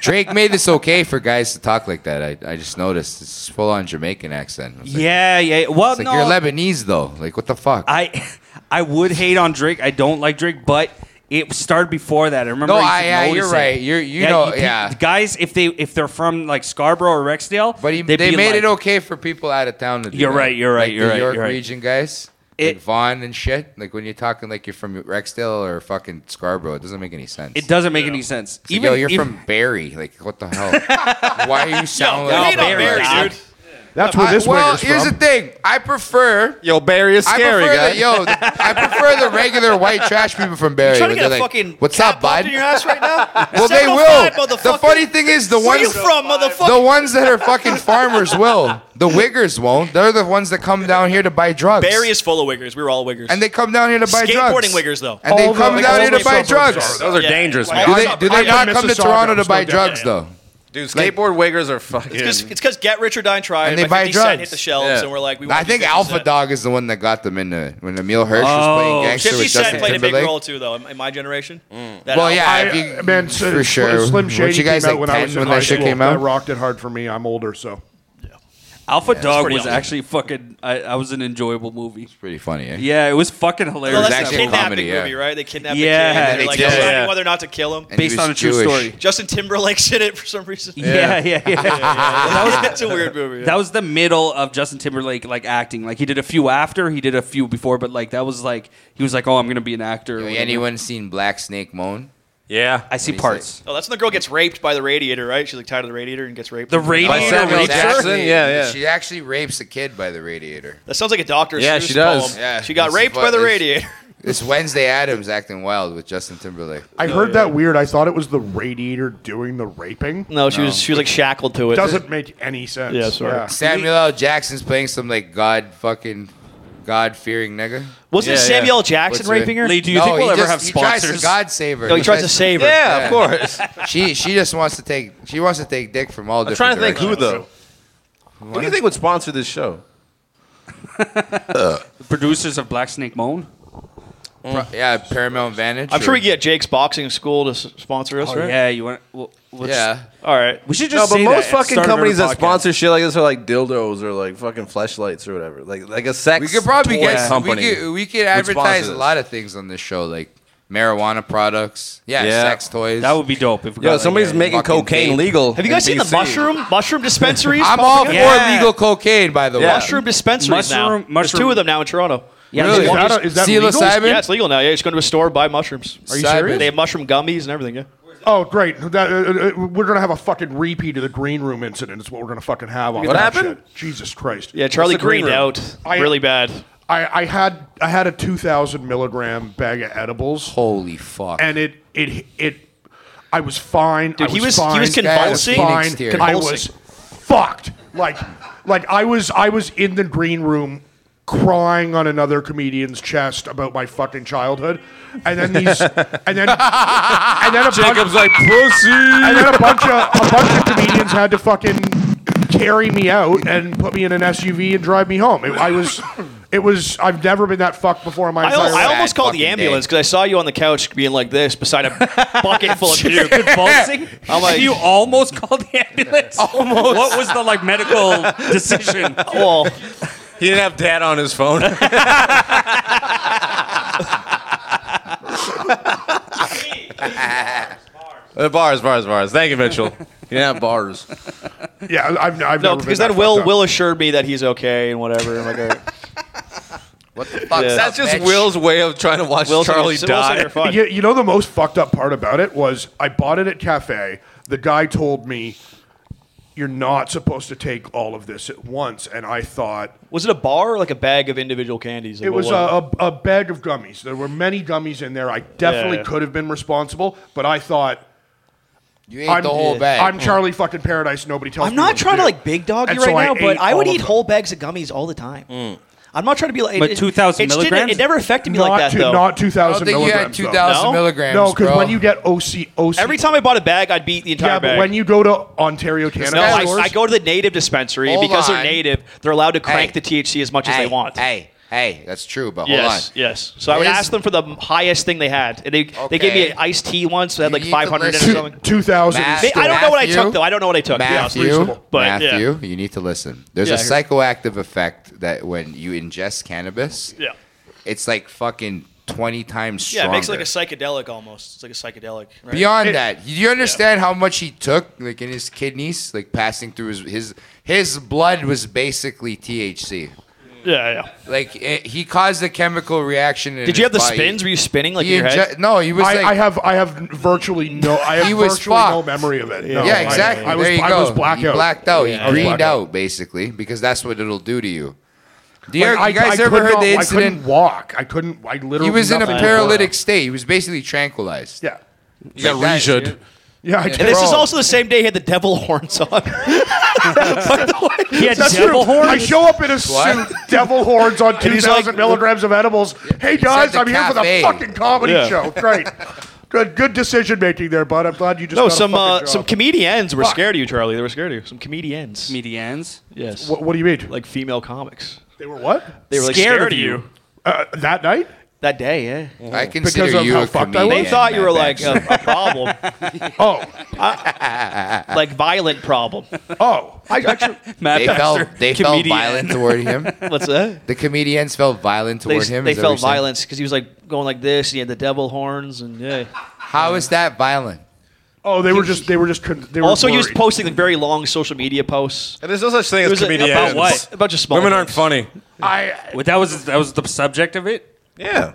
S3: Drake made this okay for guys to talk like that. I, I just noticed it's full on Jamaican accent. I was like,
S4: Yeah, yeah. Well,
S3: It's like
S4: no.
S3: you're Lebanese though. Like what the fuck?
S4: I, I would hate on Drake. I don't like Drake, but it started before that. I remember.
S3: No,
S4: I used
S3: I-
S4: to
S3: yeah,
S4: notice
S3: you're
S4: it.
S3: right. You're- you know-
S4: pe-
S3: yeah.
S4: Guys, if they if they're from like Scarborough or Rexdale,
S3: but he,
S4: they'd
S3: they
S4: be
S3: made
S4: like-
S3: it okay for people out of town to do
S4: You're
S3: that.
S4: right, you're right,
S3: Like
S4: you're
S3: the
S4: right,
S3: York
S4: you're right.
S3: region guys,
S4: It-
S3: like Vaughn and shit. Like when you're talking like you're from Rexdale or fucking Scarborough, it doesn't make any sense.
S4: It doesn't make any sense.
S3: It's like, yo, you're
S4: if-
S3: from Barry. Like what the hell? Why are you sounding
S5: Yo,
S3: like
S5: hate on
S3: Barry?
S5: Barry,
S3: I-
S5: dude.
S7: That's where this
S3: well,
S7: winger's
S3: here's
S7: from.
S3: the thing. I prefer.
S6: Yo, Barry is
S3: I
S6: scary,
S3: prefer
S6: guy.
S3: the, yo. the- I prefer the regular white trash people from Barry.
S5: Trying to
S3: where
S5: get a
S3: they're like,
S5: fucking
S3: What's
S5: cat
S3: up,
S5: popped
S3: bud?
S5: in your ass right now?
S3: Well, they
S5: 705,
S3: will. The
S5: motherfucker.
S3: funny thing is, the
S5: Where
S3: ones
S5: you from, motherfucker?
S3: the ones that are fucking farmers will. The wiggers won't. They're the ones that come down here to buy drugs.
S5: Barry is full of wiggers. We're all wiggers.
S3: and they come down here to buy drugs.
S5: Skateboarding wiggers, though.
S3: And they
S7: All the-
S3: come
S7: like,
S3: down
S7: all
S3: here
S7: the
S3: to buy
S7: suburbs
S3: drugs.
S7: are.
S6: Those are
S5: Yeah.
S6: dangerous,
S5: Do
S6: man.
S3: Do they, do
S7: I
S3: they
S7: got
S3: not come to
S7: Mississauga,
S3: Toronto to
S7: there's no
S3: buy
S7: doubt.
S3: drugs though?
S6: Dude, skateboard wiggers are fucking.
S5: It's because Get Rich or Die Trying.
S3: And they
S5: by
S3: buy
S5: 50 Cent
S3: drugs.
S5: hit the shelves,
S6: Yeah.
S5: and we're like, we want
S3: I think
S5: 50
S3: Alpha
S5: Cent.
S3: Dog is the one that got them into when Emil Hirsch was
S4: Oh.
S3: playing gangster
S5: 50
S3: with
S5: Cent
S3: Justin
S5: played a big role
S3: Timberlake. Mm.
S5: too, though, in in my generation. That
S3: Well,
S5: Alpha-
S3: yeah,
S7: I,
S3: if you,
S7: uh, man,
S3: for
S7: Slim-
S3: sure.
S7: Slim
S3: Weren't
S7: Shady
S3: you guys
S7: came
S3: like
S7: out when I
S3: 10
S7: was in
S3: when
S7: high
S3: that shit
S7: school.
S3: came
S7: That
S3: out?
S7: rocked it hard for me. I'm older, so
S4: Alpha Dog
S5: pretty
S4: was
S5: awesome.
S4: actually fucking. I, I was an enjoyable movie.
S3: Pretty funny, eh?
S4: Yeah, it was fucking hilarious.
S5: Well,
S3: was
S5: that's the
S3: actually a
S5: kidnapping
S3: comedy, yeah.
S5: movie, right? They kidnap
S4: Yeah.
S5: the kid, and
S3: They
S5: they're like
S3: kill
S5: deciding
S6: him.
S5: whether or not to kill him.
S3: And he
S4: based
S3: was
S4: on a true
S3: Jewish.
S4: story.
S5: Justin Timberlake's in it for some reason.
S4: Yeah, yeah, yeah.
S5: that was that's a weird movie. yeah.
S4: That was the middle of Justin Timberlake like acting. Like he did a few after, he did a few before, but like that was like he was like, "Oh, I'm gonna be an actor." or
S3: Yo,
S4: whatever.
S3: Anyone seen Black Snake Moan?
S6: Yeah.
S4: I see parts.
S5: Oh, that's when the girl gets raped by the radiator, right? She's like tied to the radiator and gets raped.
S4: The
S3: By
S4: radiator
S3: Samuel
S4: raped her?
S3: Jackson?
S6: Yeah, yeah.
S3: She actually rapes a kid by the radiator.
S5: That sounds like a Doctor
S6: Yeah,
S5: Seuss
S6: she does.
S5: poem.
S3: Yeah,
S5: she got
S3: that's
S5: raped
S3: fu-
S5: by the
S3: it's-
S5: radiator.
S3: It's Wednesday Adams acting wild with Justin Timberlake.
S7: I heard that weird. I thought it was the radiator doing the raping.
S5: No, she was she was like shackled to it.
S7: Doesn't make any sense.
S5: Yeah, sorry.
S3: Samuel L. Jackson's playing some like God fucking God fearing nigga.
S5: Wasn't it
S6: Yeah,
S5: Samuel
S6: yeah.
S5: Jackson
S3: What's
S5: raping
S3: it?
S5: her?
S4: Lee, do you
S3: No,
S4: think we'll
S3: he
S4: ever
S3: just-
S4: have
S3: He
S4: sponsors?
S3: tries to God save her.
S5: No, he tries to save her.
S6: Yeah,
S3: Yeah.
S6: of course.
S3: She she just wants to take she wants to take dick from all
S6: I'm
S3: different.
S6: trying to think who
S3: directions.
S6: though. Who do you think would sponsor this show?
S4: Producers of Black Snake Moan?
S3: Pro- yeah, Paramount Vantage.
S5: I'm sure
S3: or-
S5: we can get Jake's Boxing School to s- sponsor us,
S4: Oh,
S5: right?
S4: yeah, you want. Well, let's-
S3: Yeah,
S5: All right.
S4: We should
S6: No,
S4: just
S6: but
S4: say
S6: most
S4: that at the
S6: fucking
S4: start of every
S6: companies that
S4: podcast.
S6: sponsor shit like this are like dildos or like fucking fleshlights or whatever. Like like a sex.
S3: we could probably
S6: toy
S3: get
S6: company.
S3: We could, we could
S6: sponsor
S3: advertise a
S6: this.
S3: lot of things on this show, like marijuana products. Yeah,
S6: Yeah.
S3: sex toys.
S4: That would be dope. If we got
S6: Yo,
S4: like
S6: somebody's
S4: a-
S6: making
S3: uh, fucking
S6: cocaine
S3: vape.
S6: legal.
S5: Have you guys
S6: in
S5: seen the
S6: BC.
S5: mushroom mushroom dispensaries?
S3: I'm all
S5: popping
S3: for
S5: up?
S4: Yeah.
S3: legal cocaine, by the way.
S6: Yeah.
S5: mushroom dispensaries
S4: Mushroom-
S5: now. There's
S4: mushroom-
S5: two of them now in Toronto.
S4: Yeah,
S3: Really?
S7: Is
S4: there's-
S7: that, a, is that
S3: See you,
S7: legal?
S3: Simon?
S5: Yeah, it's legal now. Yeah, you just go to a store buy mushrooms. Are you
S3: Simon.
S5: serious? They have mushroom gummies and everything. Yeah.
S7: Oh, great. That, uh, uh, we're going to have a fucking repeat of the green room incident. Is what we're going to fucking have on
S6: What
S7: that
S6: happened?
S7: shit. Jesus Christ.
S5: Yeah, Charlie
S6: the green
S5: greened
S6: room?
S5: out
S7: I-
S5: really bad.
S7: I, I had I had a 2,000 milligram bag of edibles,
S3: Holy fuck!
S7: and it it it. I was fine.
S5: Duine
S7: I
S5: he was
S7: fine.
S5: he was
S3: guy had a
S5: convulsing.
S3: Phoenix
S7: fine.
S3: theory.
S7: I was
S5: Convulsing.
S7: fucked. Like, like I was, I was in the green room crying on another comedian's chest about my fucking childhood, and then these, and then, and then a bunch,
S6: Jacob's like pussy.
S7: and then a bunch of a bunch of comedians had to fucking carry me out and put me in an SUV and drive me home. It, I was, it was. I've never been that fucked before in my
S5: I,
S7: entire
S5: I
S7: life.
S5: almost
S3: Sad
S5: called the
S3: fucking
S5: ambulance
S3: day.
S5: because I saw you on the couch being like this beside a bucket full of
S4: You're
S5: puke.
S4: convulsing.
S5: I'm like-
S4: you almost called the ambulance. Almost. What was the like medical decision?
S5: Well,
S6: He didn't have dad on his phone. Uh, bars, bars, bars. Thank you, Mitchell. You didn't have bars.
S7: Yeah, I've, I've
S5: no,
S7: never been
S5: because
S7: that
S5: then Will
S7: fucked up.
S5: Will assured me that he's okay and whatever. I'm like, all right.
S3: what the fuck?
S5: Yeah.
S6: That's just
S3: bitch?
S6: Will's way of trying to watch
S5: Will said-
S6: Charlie
S5: Will said
S6: die.
S5: you're fine.
S7: You, you know the most fucked up part about it was I bought it at cafe. The guy told me you're not supposed to take all of this at once, and I thought
S5: Was it a bar or like a bag of individual candies? Like,
S7: it
S5: what
S7: was a, a, a bag of gummies. There were many gummies in there. I definitely
S5: Yeah.
S7: could have been responsible, but I thought
S3: You ate
S7: I'm
S3: the whole bag.
S7: I'm Charlie fucking Paradise. Nobody tells
S5: I'm
S7: me
S5: not
S7: what
S5: trying to
S7: do.
S5: like big dog
S7: And
S5: you
S7: so
S5: right now,
S7: I
S5: but
S7: ate
S5: I would
S7: all of
S5: eat
S7: them.
S5: whole bags of gummies all the time.
S3: Mm.
S5: I'm not trying to be like,
S4: But
S5: it- it-
S4: 2,000
S5: it just didn't-
S4: milligrams?
S5: It never affected me
S7: Not,
S5: like that
S7: two,
S5: though.
S7: not
S3: I
S7: 2,000
S3: don't think you had
S7: milligrams. though.
S3: two thousand
S5: No?
S3: milligrams.
S7: No, because
S3: bro.
S7: when you get OC, OC,
S5: Every time I bought a bag, I'd beat the entire
S7: yeah,
S5: bag.
S7: but when you go to Ontario
S5: no,
S7: Canada,
S5: I,
S7: stores-
S5: I go to the native dispensary
S3: Hold
S5: because
S3: on.
S5: they're native. They're allowed to crank the
S3: Hey.
S5: THC as much as
S3: hey,
S5: they want.
S3: Hey, hey, that's true. But hold on.
S5: Yes, yes. So I would
S3: Is-
S5: ask them for the highest thing they had, and they they gave me
S3: Okay.
S5: an iced tea once that had
S3: You
S5: like
S3: need to
S5: 500 in it or
S3: listen.
S5: something.
S7: two thousand.
S3: Matt-
S5: They- I don't know what I
S3: Matthew?
S5: took though. I don't know what I took. to be honest.
S3: Matthew,
S5: but yeah,
S3: Matthew, you need to listen. There's
S5: Yeah,
S3: a
S5: I heard.
S3: psychoactive effect that when you ingest cannabis,
S5: yeah,
S3: it's like fucking twenty times
S5: yeah.
S3: stronger.
S5: It makes it like a psychedelic almost. It's like a psychedelic. Right?
S3: Beyond that, do you understand how much he took, like in his kidneys, like passing through his his his blood was basically THC.
S5: yeah, yeah.
S3: Like it, he caused a chemical reaction. In
S5: Did you have
S3: his
S5: the
S3: body.
S5: spins? Were you spinning like
S3: He
S5: in your head?
S3: inje- no, he was
S7: I,
S3: like
S7: I have I have virtually no I
S3: He
S7: have
S3: was
S7: virtually no
S3: fucked.
S7: memory of it. No,
S3: Yeah,
S7: I-
S3: exactly.
S7: I, was,
S3: there you
S7: I
S3: go.
S7: was blacked
S3: You
S7: out.
S3: blacked out.
S5: Yeah.
S3: You greened
S7: Blacked out.
S3: out, basically, because that's what it'll do to you. Do you,
S7: Like, I,
S3: you guys
S7: I
S3: ever
S7: could
S3: heard
S7: not-
S3: the
S7: I couldn't
S3: incident?
S7: walk. I couldn't. I literally.
S3: He was in a
S7: nothing.
S3: paralytic state. He was basically tranquilized.
S7: Yeah,
S6: You got
S3: Like that,
S6: re
S3: dude.
S7: yeah. I
S5: and this is
S3: Bro.
S5: also the same day he had the devil horns on. By the way,
S4: He had
S7: That's
S4: devil
S7: true. I
S4: horns.
S7: show up in a suit, devil horns on two
S5: he's like-
S7: thousand milligrams of edibles. Hey guys,
S3: the
S7: I'm here for the
S3: cafe.
S7: fucking comedy
S5: Yeah.
S7: show. Great, good, good decision making there, bud. I'm glad you just
S5: no,
S7: got a
S5: some
S7: fucking
S5: uh,
S7: job.
S5: some comedians were
S7: Fuck.
S5: scared of you, Charlie. They were scared of you. Some comedians.
S4: Comedians.
S5: Yes.
S7: What, what do you mean?
S5: Like female comics.
S7: they were what?
S5: They were like scared,
S4: Scared of
S5: of
S4: you.
S5: you
S7: Uh, that night?
S5: that day. Yeah.
S3: I consider
S7: of
S3: you
S7: how
S3: a
S7: fucked I was?
S3: comedian.
S5: They thought you
S3: Matt
S5: were like
S3: Baxter.
S5: a, a problem,
S7: Oh,
S5: like violent problem.
S7: oh. I actually.
S4: Matt
S3: they
S4: Baxter,
S3: felt they felt
S4: comedian.
S3: violent toward him.
S5: What's that?
S3: The comedians felt violent
S5: They,
S3: toward him.
S5: they
S3: is that what
S5: felt
S3: you're saying?
S5: violence because he was like going like this, and he had the devil horns, and yeah.
S3: How is that violent?
S7: Oh, they were just. They were just. con- They were
S5: Also, he was
S7: worried.
S5: posting like very long social media posts.
S6: There's no such thing
S5: It
S6: as
S5: was
S6: comedians.
S5: about
S4: what?
S5: A bunch of small.
S6: Women aren't funny.
S7: I
S4: Wait, that was that was the subject of it.
S6: Yeah.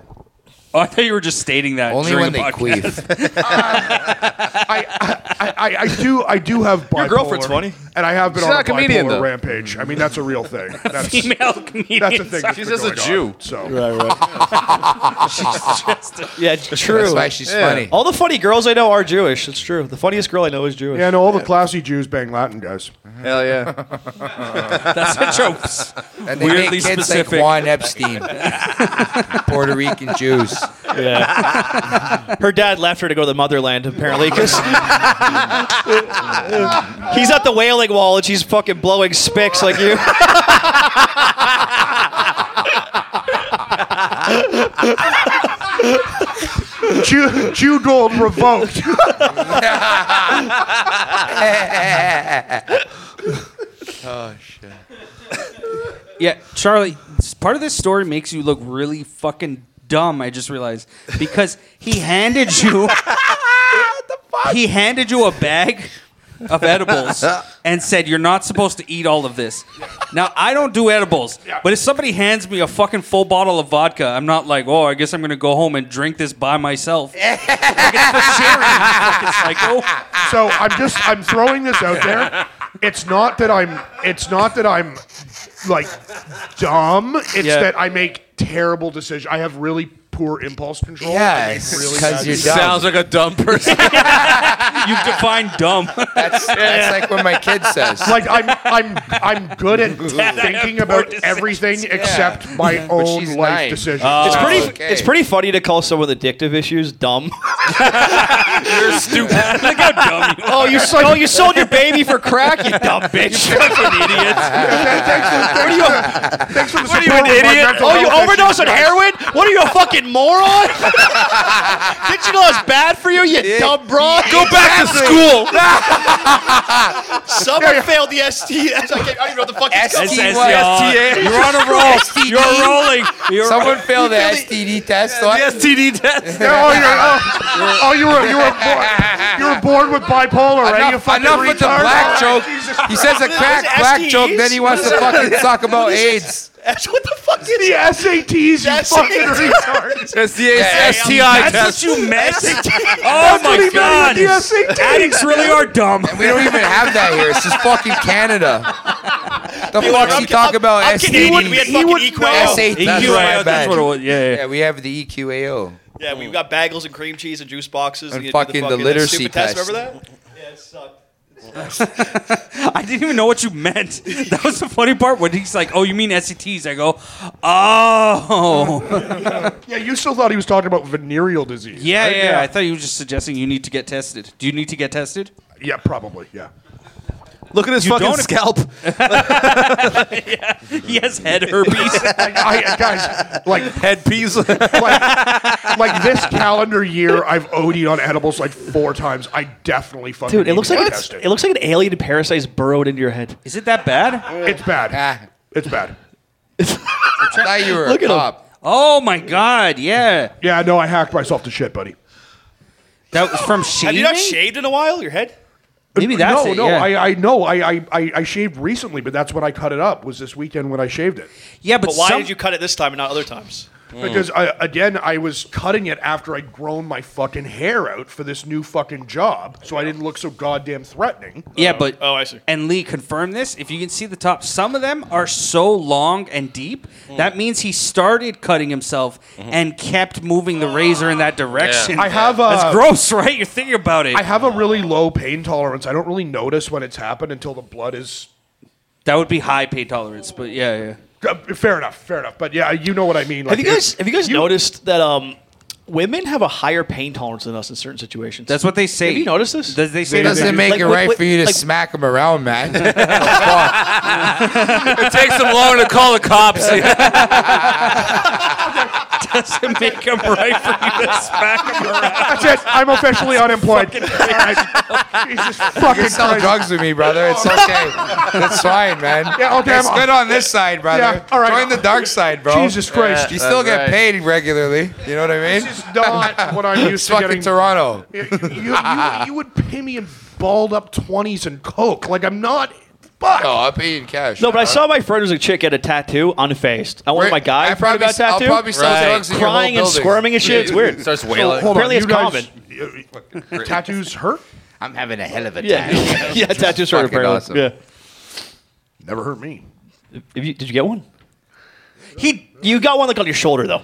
S4: Oh, I thought you were just stating that.
S3: Only
S4: during
S3: when
S4: the
S3: they
S4: podcast.
S3: queef.
S7: I, I, I, I do I do have bipolar.
S5: Your girlfriend's funny.
S7: and I have been
S6: She's
S7: on
S6: not
S7: a
S6: a comedian,
S7: bipolar
S6: though.
S7: rampage. I mean, that's a real thing. That's
S4: Female comedians.
S7: that's a thing.
S4: are
S7: that's
S6: She's
S7: been
S6: just a
S7: going on,
S6: Jew.
S7: so
S4: just a-
S5: Yeah, true. Oh,
S3: That's why she's funny.
S5: All the funny girls I know are Jewish. It's true. The funniest girl I know is Jewish.
S7: yeah, no, all the classy Jews bang Latin guys.
S6: Hell yeah.
S4: that's a jokes.
S3: And they
S4: Weirdly
S3: make kids
S4: specific.
S3: like Juan Epstein, Puerto Rican Jews.
S5: Her dad left her to go to the motherland, apparently, because he's at the whaling wall and she's fucking blowing spicks like you.
S7: Jew, Jew gold revoked.
S4: Yeah, Charlie, s- part of this story makes you look really fucking dumb, I just realized. Because he handed you He handed you a bag of edibles and said you're not supposed to eat all of this. Now I don't do edibles, but if somebody hands me a fucking full bottle of vodka, I'm not like, oh, I guess I'm gonna go home and drink this by myself. like it's for sharing, you fucking psycho.
S7: so I'm just I'm throwing this out there. It's not that I'm it's not that I'm like dumb. It's
S5: Yeah.
S7: that I make terrible decisions. I have really poor impulse control.
S3: Yeah,
S7: I make
S3: it's
S7: really
S3: 'cause
S7: bad
S3: you're
S7: decisions.
S3: Sounds
S6: like a dumb person.
S4: You've defined dumb.
S3: That's, that's like when my kid says.
S7: like I'm I'm I'm good at thinking
S4: poor
S7: about
S4: decisions.
S7: everything except my own
S3: she's
S7: life
S3: nine.
S7: decisions.
S5: It's pretty.
S3: okay.
S5: It's pretty funny to call someone with addictive issues dumb.
S6: You're stupid.
S4: Look how dumb you are.
S5: oh, you sold, oh, you sold your baby for crack, you dumb bitch. fucking idiot.
S7: thanks,
S5: What are you?
S7: for, thanks for the
S5: What are you
S7: support
S5: an
S7: of my
S5: idiot?
S7: mental
S5: Oh, you
S7: health
S5: overdose
S7: issues,
S5: on
S7: guys.
S5: heroin? What are you a fucking moron? Did you know it's bad for you? You dumb broad. Go back to school. Someone failed the ST. I can't- I don't even know what the fuck it's called.
S4: It's STR. You're on a roll. You're rolling. You're
S3: Someone failed the STD test. so I-
S6: STD test.
S7: Yeah, oh, you're, oh, oh, you were you were born, you were born with bipolar, right? You
S3: Enough,
S7: fucking
S3: enough with the
S7: retard.
S3: black
S7: Oh,
S3: joke.
S7: Jesus
S3: He says a crack
S5: Those
S3: black
S5: STDs?
S3: joke, then he wants to fucking talk about AIDS.
S5: That's what the fuck
S7: The
S5: is
S7: SATs, you
S5: That's
S7: fucking
S5: it.
S7: retard.
S6: STI
S4: That's
S6: test.
S4: what you meant? oh my god.
S7: The SAT.
S4: Addicts really are dumb.
S3: We don't even have that here. It's just fucking Canada. The fuck's he talk about
S5: I'm Canadian. We had
S3: STDs?
S5: fucking E
S7: would
S5: EQAO.
S3: SATs,
S4: That's
S3: my
S4: right, that's
S3: bad.
S4: what it was. Yeah, yeah.
S3: Yeah, we have the E EQAO.
S5: Yeah, we've got bagels and cream cheese and juice boxes.
S3: And
S5: you do
S3: fucking the literacy
S5: stupid
S3: test.
S5: Remember that? Yeah, it sucked.
S4: I didn't even know what you meant. That was the funny part when he's like, "Oh, you mean STDs?" I go, "Oh,
S7: Yeah, you still thought he was talking about venereal disease.
S4: yeah,
S7: right?
S4: yeah." I thought you were just suggesting you need to get tested. Do you need to get tested?
S7: Yeah, probably. Yeah.
S6: Look at his
S4: don't-
S6: fucking scalp.
S4: He has head herpes.
S7: Like, I, guys, like,
S6: Headpiece.
S7: like, like this calendar year, I've OD'd on edibles like four times. I definitely fucking
S5: Dude, it
S7: need
S5: looks
S7: to
S5: like
S7: get
S5: it's,
S7: tested.
S5: it looks like an alien parasite's burrowed into your head.
S4: Is it that bad?
S7: it's bad.
S3: Ah,
S7: It's bad.
S3: I thought you were
S5: Look
S3: a
S5: at him.
S3: cop.
S4: Oh my god, yeah.
S7: Yeah, no, I hacked myself to shit, buddy.
S4: That was from shaving.
S5: Have you not shaved in a while? Your head?
S4: Maybe that's
S7: no,
S4: it.
S7: no,
S4: yeah.
S7: I, I know, I, I, I, I shaved recently, but that's when I cut it up. Was this weekend when I shaved it?
S4: yeah, but,
S5: But why
S4: some-
S5: did you cut it this time and not other times?
S7: Because I, again, I was cutting it after I'd grown my fucking hair out for this new fucking job, so I didn't look so goddamn threatening.
S4: Yeah, but
S5: oh, I see.
S4: And Lee confirmed this. If you can see the top, some of them are so long and deep.
S5: Hmm.
S4: That means he started cutting himself
S5: Mm-hmm.
S4: and kept moving the razor in that direction.
S7: I have a.
S4: That's gross, right? You're thinking about it.
S7: I have a really low pain tolerance. I don't really notice when it's happened until the blood is.
S4: that would be high pain tolerance, but yeah, yeah.
S7: Uh, Fair enough, fair enough. But yeah, you know what I mean.
S5: Have you
S7: it-
S5: guys have you guys noticed that um, women have a higher pain tolerance than us in certain situations?
S4: That's what they say.
S5: Have you noticed this?
S4: Does they say
S7: They-
S4: that
S7: they-
S3: Doesn't make
S5: Like,
S3: it
S5: what-
S3: right
S5: what-
S3: for you to
S5: like-
S3: smack him around, man.
S6: It takes him long to call the cops.
S4: doesn't make them right for you to smack them around?
S7: That's it. I'm officially unemployed. All right. Jesus fucking
S3: You sell
S7: Christ.
S3: drugs with me, brother. It's okay. That's fine, man.
S7: Yeah, okay,
S3: It's
S7: I'm-
S3: good on this side, brother.
S7: Yeah, all right.
S3: Join the dark side, bro. uh,
S7: Jesus Christ.
S3: You still get
S6: That's right.
S3: paid regularly. You know what I mean?
S7: This is not what I'm
S3: It's
S7: used to
S3: fucking
S7: getting.
S3: Toronto.
S7: you, you, you would pay me in balled up 20s and coke. Like, I'm not fuck.
S3: No, I'll pay you in Oh, cash.
S5: No, but I saw my friend was a chick at a tattoo, unfaced. I wanted
S3: Where-
S5: my guy
S3: I
S5: I
S3: probably
S5: about
S3: s- I'll
S5: tattoo.
S3: probably sell drugs in your whole
S5: crying and
S3: building.
S5: squirming and shit. It's weird.
S6: Starts wailing.
S7: Hold
S5: Apparently
S7: on,
S5: it's
S7: you guys- tattoos hurt?
S3: I'm having a hell of a
S5: yeah,
S3: time.
S5: yeah, tattoos are
S3: fucking
S5: apparently.
S3: awesome.
S5: Yeah.
S7: Never hurt me.
S5: If you, did you get one? He, you got one like on your shoulder though.
S7: uh,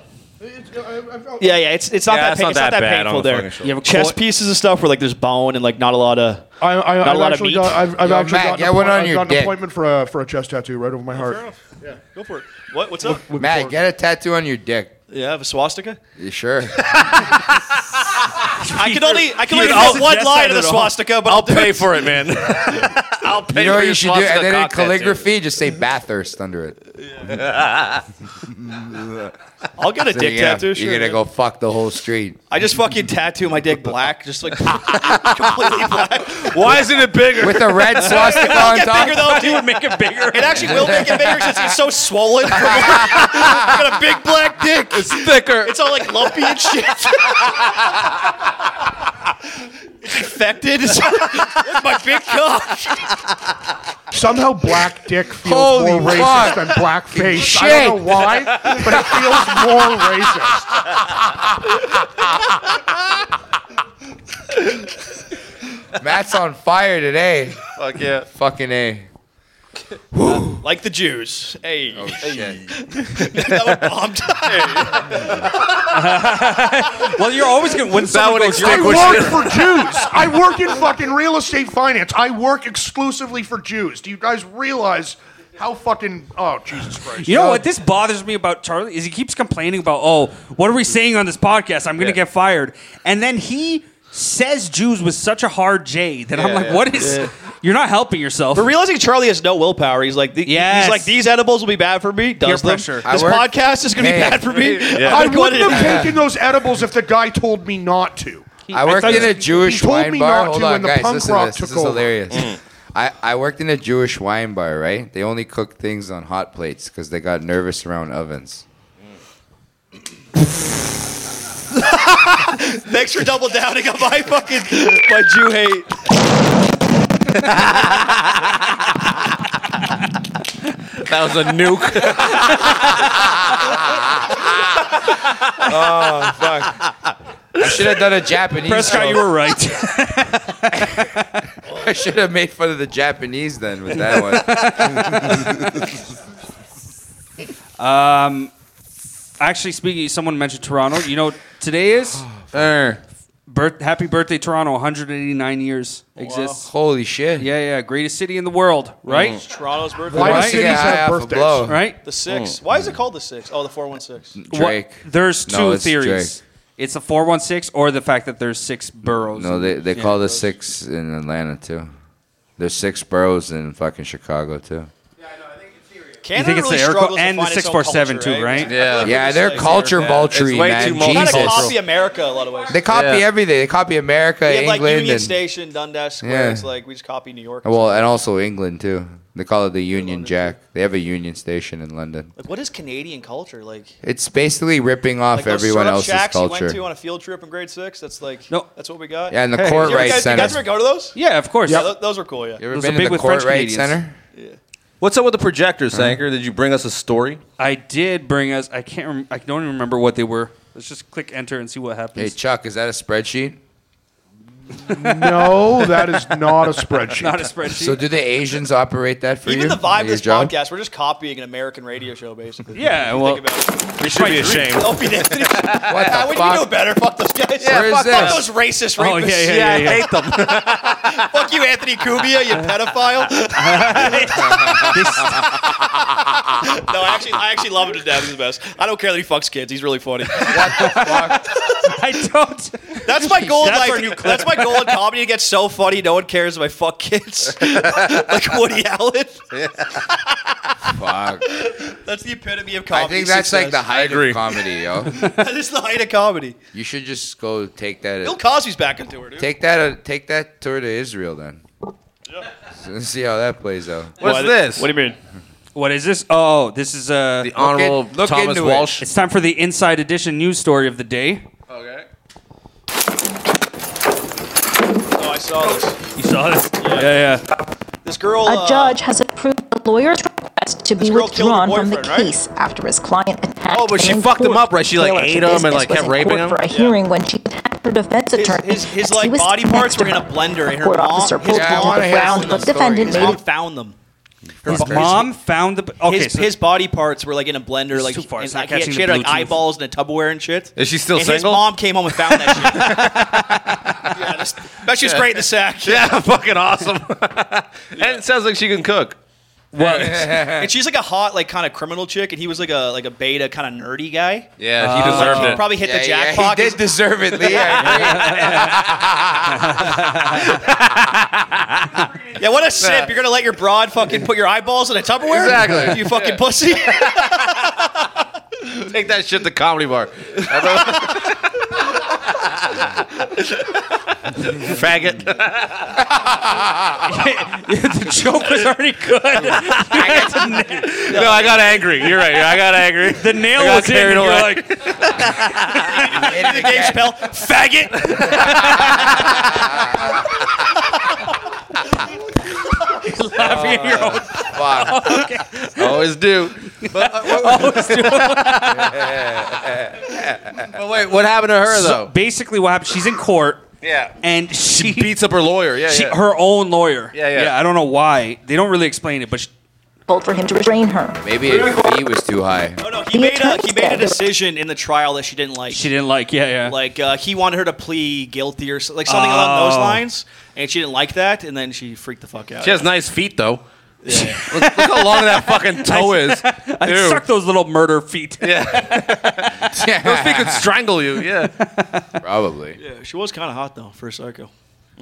S5: Yeah, yeah. It's it's not
S6: Yeah,
S5: that
S6: it's
S5: pain, it's
S6: not
S5: not
S6: that
S5: that
S6: bad on
S5: painful
S6: the fucking
S5: there.
S6: shoulder. You have a
S5: chest pieces and stuff where like there's bone and like not a lot of.
S7: I, I,
S5: Not a
S7: I've
S5: lot of
S7: actually
S5: meat.
S7: got, I've, I've
S3: Yo,
S7: actually
S3: Mac,
S7: gotten
S3: get one
S7: appoi-
S3: on
S7: I've
S3: your
S7: gotten
S3: dick.
S7: an appointment for a for a chest tattoo right over my heart.
S5: Go for it. What? What's up?
S3: Matt, get a tattoo on your dick.
S5: Yeah, I have a swastika.
S3: You sure?
S5: I can only I can only
S4: Peter, I'll
S5: fit one
S4: suggest
S5: line of
S4: that
S5: the
S4: at all.
S5: swastika, but
S6: I'll
S5: I'll do
S6: pay
S5: it.
S6: for it, man. I'll pay
S3: you know
S6: for
S3: what
S6: your
S3: you should do?
S6: swastika
S3: And then in
S6: cock tattoo.
S3: calligraphy, just say Bathurst under it.
S5: I'll get a
S3: Then
S5: dick
S3: you're gonna-
S5: tattoo. Sure.
S3: You're gonna go fuck the whole street.
S5: I just fucking tattoo my dick black, just like completely black.
S6: Why isn't it bigger?
S3: With a red swastika on
S5: Get bigger though,
S4: It
S3: top.
S4: would
S5: dude.
S4: make it bigger.
S5: It actually will make it bigger since it's so swollen. from- I got a big black dick.
S6: it's thicker.
S5: It's all like lumpy and shit. it's infected. It's Look, my big cock.
S7: Somehow black dick feels
S3: Holy
S7: more
S3: fuck.
S7: racist than black face. I don't know why, but it feels more racist.
S3: Matt's on fire today.
S6: Fuck yeah.
S3: Fucking A.
S5: Like the Jews. Hey,
S3: Shit.
S5: that one bombed.
S4: well, you're always gonna when someone
S6: would
S4: goes, you're
S7: I
S6: extinguish-
S4: like,
S7: work for Jews. I work in fucking real estate finance. I work exclusively for Jews. Do you guys realize how fucking oh Jesus Christ?
S4: You know what? This bothers me about Charlie is he keeps complaining about, oh, what are we saying on this podcast? I'm gonna
S6: Yeah.
S4: get fired, and then he says Jews with such a hard J that I'm
S6: Yeah,
S4: like,
S6: yeah.
S4: what is? You're not helping yourself.
S5: But realizing Charlie has no willpower, he's like, the,
S4: Yes.
S5: he's like, these edibles will be bad for me. Does them.
S4: pressure.
S3: I
S5: This
S3: work-
S5: podcast is going to be
S3: Man.
S5: bad for me.
S7: I
S5: I'm going to-
S7: wouldn't have taken those edibles if the guy told me not to.
S3: I worked in a Jewish
S7: he told
S3: wine
S7: me
S3: bar.
S7: not
S3: Hold
S7: to
S3: on,
S7: when the
S3: guys.
S7: punk
S3: listen to
S7: rock Mm.
S3: this. This is
S7: took over.
S3: hilarious. I, I worked in a Jewish wine bar, right? They only cook things on hot plates because they got nervous around ovens.
S5: Thanks for double downing on my fucking my Jew hate.
S6: That was a nuke.
S3: I should have done a Japanese.
S4: Prescott,
S3: joke.
S4: you were right.
S3: I should have made fun of the Japanese then with that one.
S4: Actually, speaking, someone mentioned Toronto. You know, what today is birth. Happy birthday, Toronto! 189 years exists.
S3: Holy shit!
S4: Yeah, yeah, greatest city in the world, right?
S5: Toronto's birthday.
S7: Why
S3: Why
S7: do
S3: right?
S7: cities have birthdays?
S6: Mm.
S4: Right.
S5: The six. Why is it called the six? Oh, the four one six.
S4: What-
S3: Drake.
S4: there's two
S3: No, it's
S4: theories.
S3: Drake.
S4: It's the 416 or the fact that there's six boroughs.
S3: No, they they
S4: Yeah.
S3: call the six in Atlanta too. There's six boroughs in fucking Chicago too.
S4: You
S5: Canada
S4: think it's
S5: really
S4: the air
S5: struggles
S4: co-
S5: to
S4: and the
S5: find its own
S4: 647
S5: culture,
S4: too, right?
S6: Yeah.
S3: Yeah, they're
S5: It's
S3: culture
S5: weird,
S3: vultry,
S6: way
S3: man.
S6: too multicultural.
S5: Kind of
S3: Jesus.
S5: copy America a lot of ways.
S3: They copy
S6: Yeah.
S3: everything. They copy America,
S5: We have like
S3: England,
S5: Union
S3: and
S5: Station, Dundas Square.
S3: Yeah.
S5: It's like we just copy New York.
S3: well, and also England too. They call it the Union
S5: London,
S3: Jack. They have a Union station in London.
S5: like, what is Canadian culture like?
S3: It's basically ripping off
S5: Like those
S3: everyone
S5: syrup
S3: else's
S5: shacks you
S3: culture.
S5: went to on a field trip in grade six. That's like
S4: No.
S5: that's what we got.
S3: yeah, in the
S4: Hey,
S3: court
S5: you, ever
S3: right
S5: guys, you
S3: center.
S5: guys ever go to those?
S4: Yeah, of course.
S5: Yeah, tho- those were cool. Yeah.
S3: You ever
S4: Those are
S3: been to
S4: big
S3: the
S4: with
S3: court
S4: French
S3: right
S4: comedians.
S3: center?
S6: What's up with the projectors, Sanker? Did you bring us a story?
S4: I did bring us. I can't. Rem- I don't even remember what they were. Let's just click enter and see what
S3: Hey
S4: happens.
S3: Chuck, is that a spreadsheet?
S7: No, that is not a spreadsheet.
S4: Not a spreadsheet.
S3: So do the Asians operate that for you?
S5: Even the vibe
S3: at
S5: of
S3: your
S5: this
S3: job?
S5: podcast, we're just copying an American radio show, basically.
S4: yeah.
S5: Think
S4: Well,
S5: about it.
S6: We should be ashamed.
S5: Don't be that.
S3: What the
S5: I would
S3: fuck?
S5: you know better. Fuck those guys.
S3: Where is
S5: fuck, fuck
S3: this?
S5: those racist rapists.
S4: Oh, yeah, yeah, yeah, yeah.
S5: them. fuck you, Anthony Cubia, you pedophile. no, I actually, I actually love him to death. He's the best. I don't care that he fucks kids. He's really funny.
S4: I don't.
S5: That's my goal in
S4: That's
S5: life.
S4: our new clip.
S5: That's my goal in comedy to get so funny no one cares if I fuck kids. like Woody Allen.
S3: Fuck.
S5: That's the epitome of comedy.
S3: I think that's like the
S5: success.
S3: height
S6: agree.
S3: of comedy, yo.
S5: that is the height of comedy.
S3: You should just go take
S5: Bill
S3: that.
S5: Cosby's back into it, dude.
S3: Take that. Uh, take that tour to Israel then. Yeah. See how that plays out.
S6: What's this?
S5: do you mean?
S4: What is this? Oh, this is uh,
S6: the Honorable
S3: Look in- look
S6: Thomas
S3: into it.
S6: Walsh.
S4: It's time for the Inside Edition news story of the day.
S6: Okay.
S5: Oh, I saw this. Oh,
S4: You saw this? Yeah, yeah.
S5: This girl.
S9: A
S5: uh,
S9: judge has lawyer's request to be
S5: This girl killed her
S9: withdrawn from the
S5: boyfriend, right?
S9: case after his client attacked
S6: Oh, but she
S9: him in
S6: fucked him
S9: court.
S6: up, right? She, like,
S9: Taylor
S6: ate him and,
S9: Trubisky
S6: like, kept
S9: was in
S6: raping
S9: court
S6: him?
S9: For a hearing when she attacked her defense attorney.
S5: his- his,
S9: as
S5: like,
S9: he was
S5: body
S9: next
S5: parts
S9: to
S5: were in
S9: her.
S5: a blender, and her
S9: Court
S5: mom-
S9: officer
S5: his
S9: pulled
S3: Yeah, I
S9: him to
S3: wanna
S9: the
S3: hear
S9: ground,
S3: some
S9: but
S3: of those
S9: defendant
S3: stories.
S9: made
S5: Mom
S9: it.
S5: found them.
S3: His
S4: Mom found the. Okay,
S5: His
S4: so
S5: his body parts were like in a blender,
S4: It's
S5: like
S4: too far.
S5: and,
S4: It's not
S5: like, he had-
S4: catching
S5: she had
S4: the
S5: like
S4: Bluetooth.
S5: eyeballs in a Tupperware and shit.
S6: Is she still
S5: and His
S6: single?
S5: mom came home and found that shit. yeah, that's, that shit's great in the sack.
S6: Yeah, fucking awesome. and it sounds like she can cook.
S5: and she's like a hot, like kind of criminal chick, and he was like a like a beta kind of nerdy guy.
S6: Yeah,
S4: Uh,
S6: he
S5: Like,
S6: deserved
S5: he
S6: it.
S5: probably hit the
S3: yeah,
S5: jackpot.
S3: he did deserve it, Lee. I agree.
S5: Yeah, what a sip! You're gonna let your broad fucking put your eyeballs in a Tupperware?
S6: Exactly.
S5: You fucking pussy.
S6: Take that shit to comedy bar. Faggot.
S4: the joke was already good.
S6: No, I got angry. You're right. I got angry.
S4: The nail
S6: I got
S4: was in.
S6: carried
S4: and you're
S6: away.
S4: like,
S5: Dave Chappelle, faggot.
S4: laughing at your own.
S3: Fuck.
S6: Always do. Uh,
S5: Oh,
S6: But wait, what happened to her
S4: So
S6: though?
S4: basically, what happened? She's in court,
S6: Yeah.
S4: and she,
S6: Beats up her lawyer. Yeah,
S4: she,
S6: yeah.
S4: her own lawyer.
S6: Yeah, yeah.
S4: I don't know why. They don't really explain it, but she,
S9: Called for him to restrain her.
S3: Maybe a fee was too high.
S5: Oh no, he made a he made a decision in the trial that she didn't like.
S4: she didn't like. Yeah, yeah.
S5: like uh, he wanted her to plead guilty or so, like something along those
S4: Oh.
S5: lines, and she didn't like that, and then she freaked the fuck out.
S6: She has nice feet though. look, look how long that fucking toe is.
S4: I
S6: Ew.
S4: suck those little murder feet.
S6: Those feet could strangle you. Yeah.
S3: Probably.
S5: Yeah, she was kind of hot though for a psycho.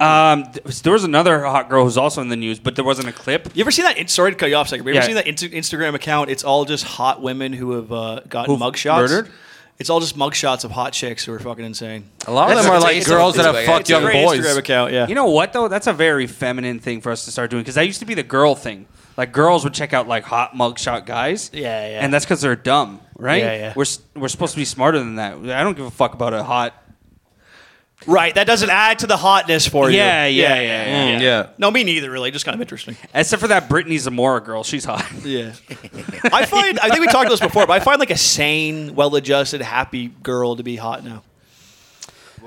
S4: Um, th- there was another hot girl who's also in the news, but there wasn't a clip.
S5: You ever seen that? in- Sorry to cut you off, second. But you ever
S4: Yeah.
S5: seen that Inst- Instagram account? It's all just hot women who have uh, gotten
S4: Who've
S5: mugshots.
S4: murdered?
S5: It's all just mugshots of hot chicks who are fucking insane.
S6: A lot of
S3: That's
S6: them are
S3: a-
S6: like
S3: it's a-
S6: girls that
S3: it's
S6: have
S3: like-
S6: fucked
S3: it's a
S6: young
S5: Great Instagram
S6: boys.
S5: account, yeah.
S4: You know what though? That's a very feminine thing for us to start doing because that used to be the girl thing. Like girls would check out like hot mugshot guys.
S5: Yeah, yeah.
S4: And that's because they're dumb, right?
S5: Yeah, yeah.
S4: We're s- we're supposed to be smarter than that. I don't give a fuck about a hot.
S5: right? That doesn't add to the hotness for
S4: Yeah,
S5: you.
S4: yeah, yeah, yeah.
S6: Mm, yeah.
S5: No, me neither. Really, just kind of interesting.
S4: Except for that Brittany Zamora girl, she's hot.
S5: Yeah. I find I think we talked about this before, but I find like a sane, well-adjusted, happy girl to be hot now.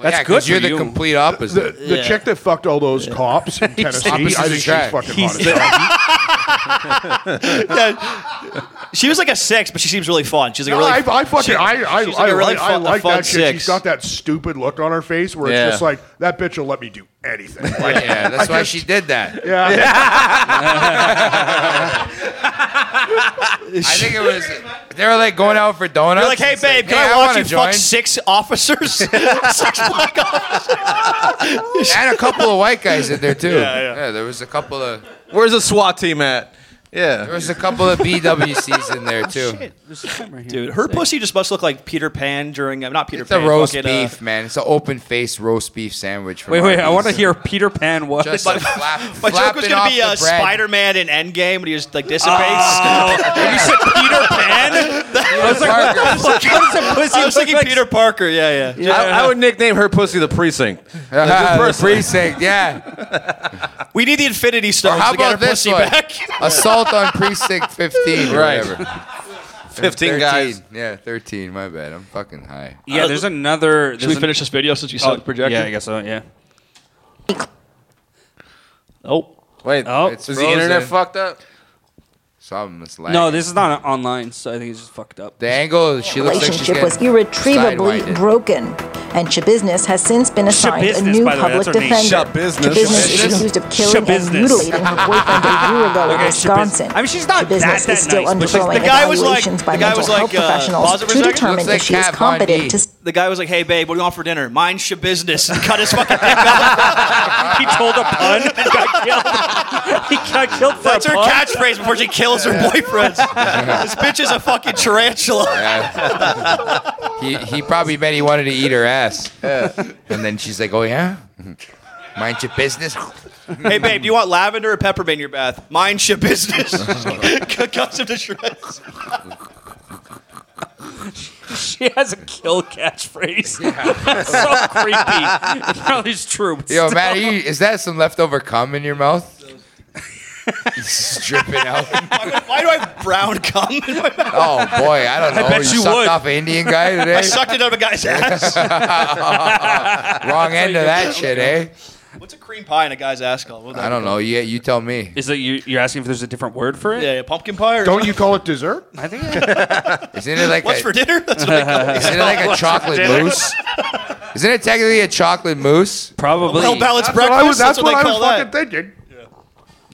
S3: That's
S4: good
S3: You're
S4: for
S3: the
S4: you.
S3: complete
S7: The,
S3: opposite.
S7: the
S5: Yeah.
S7: chick that fucked all those cops in Tennessee, I
S3: Opposites
S7: think she's
S3: attract.
S7: fucking
S4: He's
S7: hot as hell.
S5: She was like a six, but she seems really fun. She's like a
S7: No,
S5: really.
S7: I, I fucking,
S5: she-
S7: I, I,
S5: she's like
S7: I,
S5: a really
S7: like- I
S5: fun- a
S7: like
S5: fun
S7: that shit.
S5: six.
S7: She's got that stupid look on her face where
S6: Yeah.
S7: it's just like that bitch will let me do anything. Like,
S3: yeah, that's
S7: I
S3: why
S7: just-
S3: she did that.
S7: yeah.
S3: I think it was. They were like going out for donuts.
S5: You're like, hey
S3: It's
S5: babe, can
S3: hey,
S5: I, watch
S3: wanna
S5: you fuck
S3: join."
S5: six officers? six black officers.
S3: And a couple of white guys in there too.
S5: Yeah, yeah.
S3: there was a couple of
S6: Where's the SWAT team at?
S3: there
S6: Yeah.
S3: was a couple of BWCs in
S5: Oh,
S3: there too.
S5: Dude, her pussy just must look like Peter Pan during. uh, Not Peter
S3: It's a
S5: Pan.
S3: roast
S5: fucking, uh,
S3: beef, man. It's an open faced roast beef sandwich. From
S4: Wait, wait, I
S3: Arby's.
S4: want to hear Peter Pan was.
S3: Just a
S5: my
S3: flap,
S5: joke was
S3: flapping
S5: gonna
S3: off
S5: be
S3: the
S5: uh,
S3: bread.
S5: Spider-Man in Endgame when he just like dissipates.
S4: you said Peter Pan? I was like, what the fuck? How does a pussy
S5: I was
S4: look
S5: thinking
S4: like-
S5: Peter Parker. Yeah, yeah.
S6: I, I would nickname her pussy the precinct.
S3: Ah, the
S6: Personally.
S3: precinct,
S5: Oh,
S3: yeah.
S5: We need the Infinity
S3: Or
S5: Stones
S3: how
S5: to get our
S3: about this
S5: pussy
S3: one?
S5: back.
S3: Assault on precinct fifteen, or
S6: Right.
S3: whatever.
S6: 15 guys.
S3: Yeah, thirteen. My bad. I'm fucking high.
S4: Yeah, there's another. Should
S5: this video since you
S4: Oh, yeah, I guess so. Yeah.
S5: Oh.
S6: Wait,
S4: Oh.
S3: It's
S6: is the
S3: frozen.
S6: internet fucked up?
S3: Something is lagging.
S4: No, this is not online, so I think it's just fucked up.
S3: The angle. She looks like she's
S9: relationship
S3: getting
S9: was irretrievably
S3: sidewinded.
S9: broken, and Chabusiness has since been assigned a
S4: Shabusiness,
S9: new
S4: by the way,
S9: public
S4: that's her name.
S9: defender.
S6: Shabusiness.
S9: Chabusiness
S3: Shabusiness?
S9: is accused of killing and
S4: Shabusiness.
S9: mutilating her boyfriend a year ago in
S4: Okay,
S9: Wisconsin.
S4: Shabis- I mean, she's not that-
S9: Chabusiness
S4: that
S9: is still
S4: nice, but she's-
S9: undergoing
S5: The guy was like-
S9: evaluations by
S5: the guy
S9: mental
S5: was like,
S9: health
S5: uh, pause
S9: professionals
S5: it for a
S9: to
S5: second.
S9: determine
S3: Looks like
S9: if she is
S3: Kat Von D.
S9: competent to
S5: The guy was like, "Hey, babe, what do you want for dinner? Mind your business." And cut his fucking dick off.
S4: he told a pun and got killed. he got killed for
S5: That's
S4: a
S5: her
S4: pun.
S5: catchphrase before she kills her boyfriends. this bitch is a fucking tarantula.
S3: he he probably meant he wanted to eat her ass. And then she's like, "Oh yeah, Mm-hmm. mind your business."
S5: hey, babe, do you want lavender or peppermint in your bath? Mind your business. Cuts him to shreds.
S4: She has a kill catchphrase. That's so creepy. It probably is true. but
S3: Yo,
S4: still.
S3: man, are you, is that some leftover cum in your mouth? It's dripping out.
S5: Why do I have brown cum? in my mouth?
S3: Oh boy, I don't know.
S4: bet
S3: you,
S4: you
S3: sucked
S4: would.
S3: off an Indian guy today.
S5: I sucked it out of a guy's ass.
S3: Wrong end of that shit, eh?
S5: What's a cream pie in a guy's ass called? What would that
S3: I don't
S5: be
S3: know. Yeah, you tell me.
S4: Is that you, you're asking if there's a different word for
S5: called?
S4: it?
S5: Yeah, yeah, pumpkin pie. Or
S7: Don't you call it dessert?
S4: I think
S3: Isn't it like
S5: What's
S3: a,
S5: for dinner? That's what I call it.
S3: isn't it like a chocolate mousse? Isn't it technically a chocolate mousse?
S4: probably.
S5: Well balanced
S7: That's what
S5: breakfast.
S7: I was,
S5: that's, what,
S7: I
S5: they
S7: was
S5: call
S7: fucking
S5: that.
S7: thinking.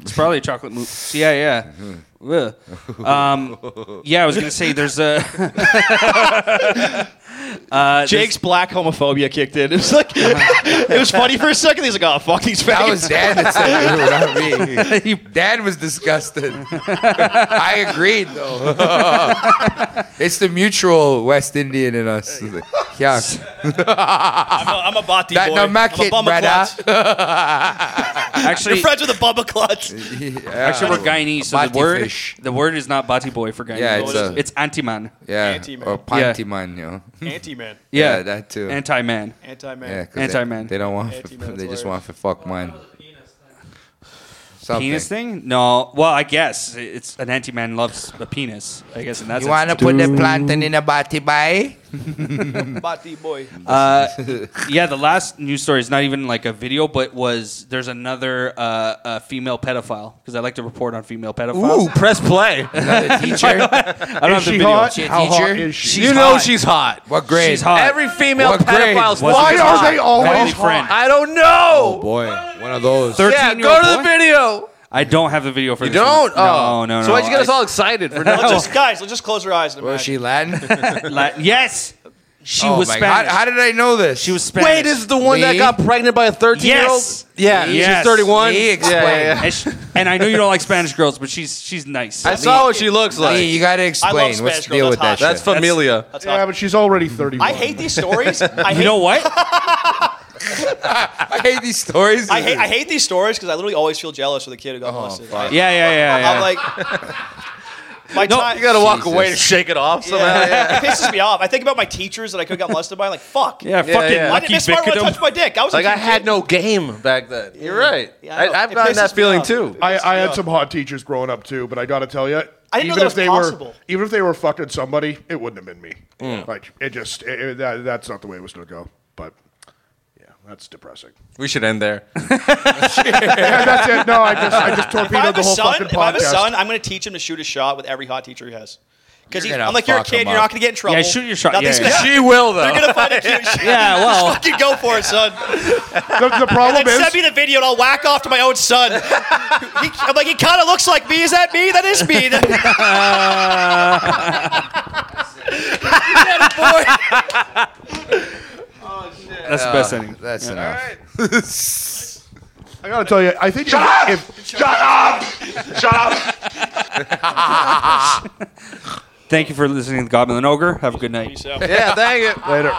S4: It's probably a chocolate mousse. Yeah, yeah. Ugh. Um, yeah, I was gonna say there's a
S5: Jake's black homophobia kicked in. It was like, it was funny for a second. He's like, oh fuck these
S3: That was
S5: faggots.
S3: Dan that said it, not me. Dan was disgusted. I agreed though. it's the mutual West Indian in us. Yeah,
S5: I'm, a, I'm a bati
S3: that
S5: boy.
S3: no
S5: I'm a
S3: market,
S5: bummer klutz.
S3: brother.
S5: You're
S4: actually
S5: friends with a bummer klutz.
S4: actually we're Guyanese, so
S3: Bati
S4: the word
S3: fish.
S4: the word is not bati boy for Guyanese.
S3: Yeah, it's
S5: a-
S4: it's uh, anti-man.
S3: Yeah,
S5: Anti-man.
S3: or
S4: Yeah.
S3: Pantiman, you know.
S5: Anti man.
S4: Yeah,
S3: Yeah, that too.
S4: anti-man.
S5: Anti-man.
S3: Yeah, 'cause
S4: Anti-man.
S3: They, they don't want. For,
S5: Anti-man's
S3: they just
S5: hilarious.
S3: want for fuck mine. Something.
S4: Penis thing? No. Well, I guess it's an anti-man loves a penis. I guess, and that's
S3: You wanna put the plantain in a bati bai?
S5: Bati boy.
S4: yeah. The last news story is not even like a video, but was there's another uh, uh, female pedophile because I like to report on female pedophiles.
S6: press play.
S3: The teacher?
S4: I don't have the
S7: She
S4: video.
S7: hot?
S3: She a
S7: How hot
S3: teacher?
S7: is she?
S6: you know she's hot.
S3: What grade?
S4: She's hot.
S6: Every female
S3: What grade?
S6: pedophile's
S4: Wasn't
S7: Why
S6: fucking
S7: are
S6: hot.
S7: they always
S4: Family
S7: hot?
S4: friend.
S6: I don't know.
S3: Oh, Boy, one of those.
S6: Yeah,
S4: 13 year
S6: go
S4: old
S6: to the
S4: boy?
S6: video.
S4: I don't have the video for
S6: You
S4: this.
S6: don't?
S4: One. No,
S6: Oh,
S4: no, no.
S6: So why'd you get
S4: I-
S6: us all excited for
S5: Let's
S6: nothing?
S5: just, guys, let's just close our eyes. and
S3: Was
S5: imagine.
S3: she Latin?
S4: La- yes, she
S3: Oh
S4: was
S3: my
S4: Spanish.
S3: God. How, did I know this?
S4: she was Spanish.
S6: Wait, is the one that
S3: Lee?
S6: got pregnant by a 13 year old?
S4: Yes.
S6: Yeah,
S4: Yes.
S6: she's 31.
S3: Lee explained.
S6: Yeah, yeah, yeah.
S4: And, she- and I know you don't like Spanish girls, but she's she's nice.
S6: I saw what she looks
S3: Lee,
S6: like.
S3: you gotta explain.
S5: Spanish
S3: What's the
S5: girl,
S3: deal
S5: that's
S3: with
S5: hot.
S3: that?
S6: That's
S3: shit?
S6: familia.
S5: That's
S7: Yeah,
S5: hot.
S7: but she's already 31.
S5: I hate these stories. I hate,
S4: you know what?
S3: I hate these stories.
S5: I hate, I hate these stories because I literally always feel jealous of the kid who got molested.
S3: fuck.
S4: Yeah, yeah, yeah, yeah.
S5: I'm like, my time.
S6: Oh, You gotta walk
S3: Jesus.
S6: away to shake it off somehow.
S5: Yeah.
S6: Yeah.
S5: It pisses me off. I think about my teachers that I could have got molested by. Like, fuck.
S4: yeah,
S6: yeah.
S4: fucking
S6: Why
S5: Why
S4: lucky
S5: didn't I smart when I
S4: Bickerdom.
S5: touched my dick? I was
S6: Like
S5: a
S6: I had no game back then. You're right.
S5: Yeah, I know.
S6: I, I've
S5: It
S6: gotten that
S5: pisses me
S6: feeling
S5: off.
S6: too.
S7: I, I had
S5: Yeah.
S7: some hot teachers growing up too, but I gotta tell you,
S5: I didn't know
S7: even
S5: that
S7: if
S5: was
S7: they were
S5: possible.
S7: even if they were fucking somebody, it wouldn't have been me.
S4: Mm.
S7: Like it just it, it- that, that's not the way it was gonna go. But yeah, that's depressing.
S6: We should end there.
S7: yeah, that's it. No, I just I just
S5: If I
S7: torpedoed
S5: have
S7: the
S5: a
S7: whole
S5: son,
S7: fucking
S5: if I have a
S7: podcast.
S5: son, I'm going to teach him to shoot a shot with every hot teacher he has. Because
S3: You're gonna
S5: I'm like, you're a
S3: fuck
S5: kid,
S3: him
S5: you're
S3: up.
S5: not going to get in trouble.
S4: Yeah, shoot your shot.
S5: Nothing's
S4: Yeah,
S5: gonna
S4: yeah.
S5: happen.
S6: She will though.
S5: You're going to find a cute shot.
S4: Yeah, well.
S5: Just fucking go for it, son.
S7: The, the
S5: And
S7: problem
S5: then send
S7: is
S5: me the video and I'll whack off to my own son. He- I'm like, he kind of looks like me. Is that me? That is me. That-
S4: That's the best ending.
S3: That's enough.
S7: I gotta tell you, I think shut if, if
S4: Thank you for listening to Goblin and Ogre. Have a good night.
S5: So-
S6: yeah, thank you.
S7: later.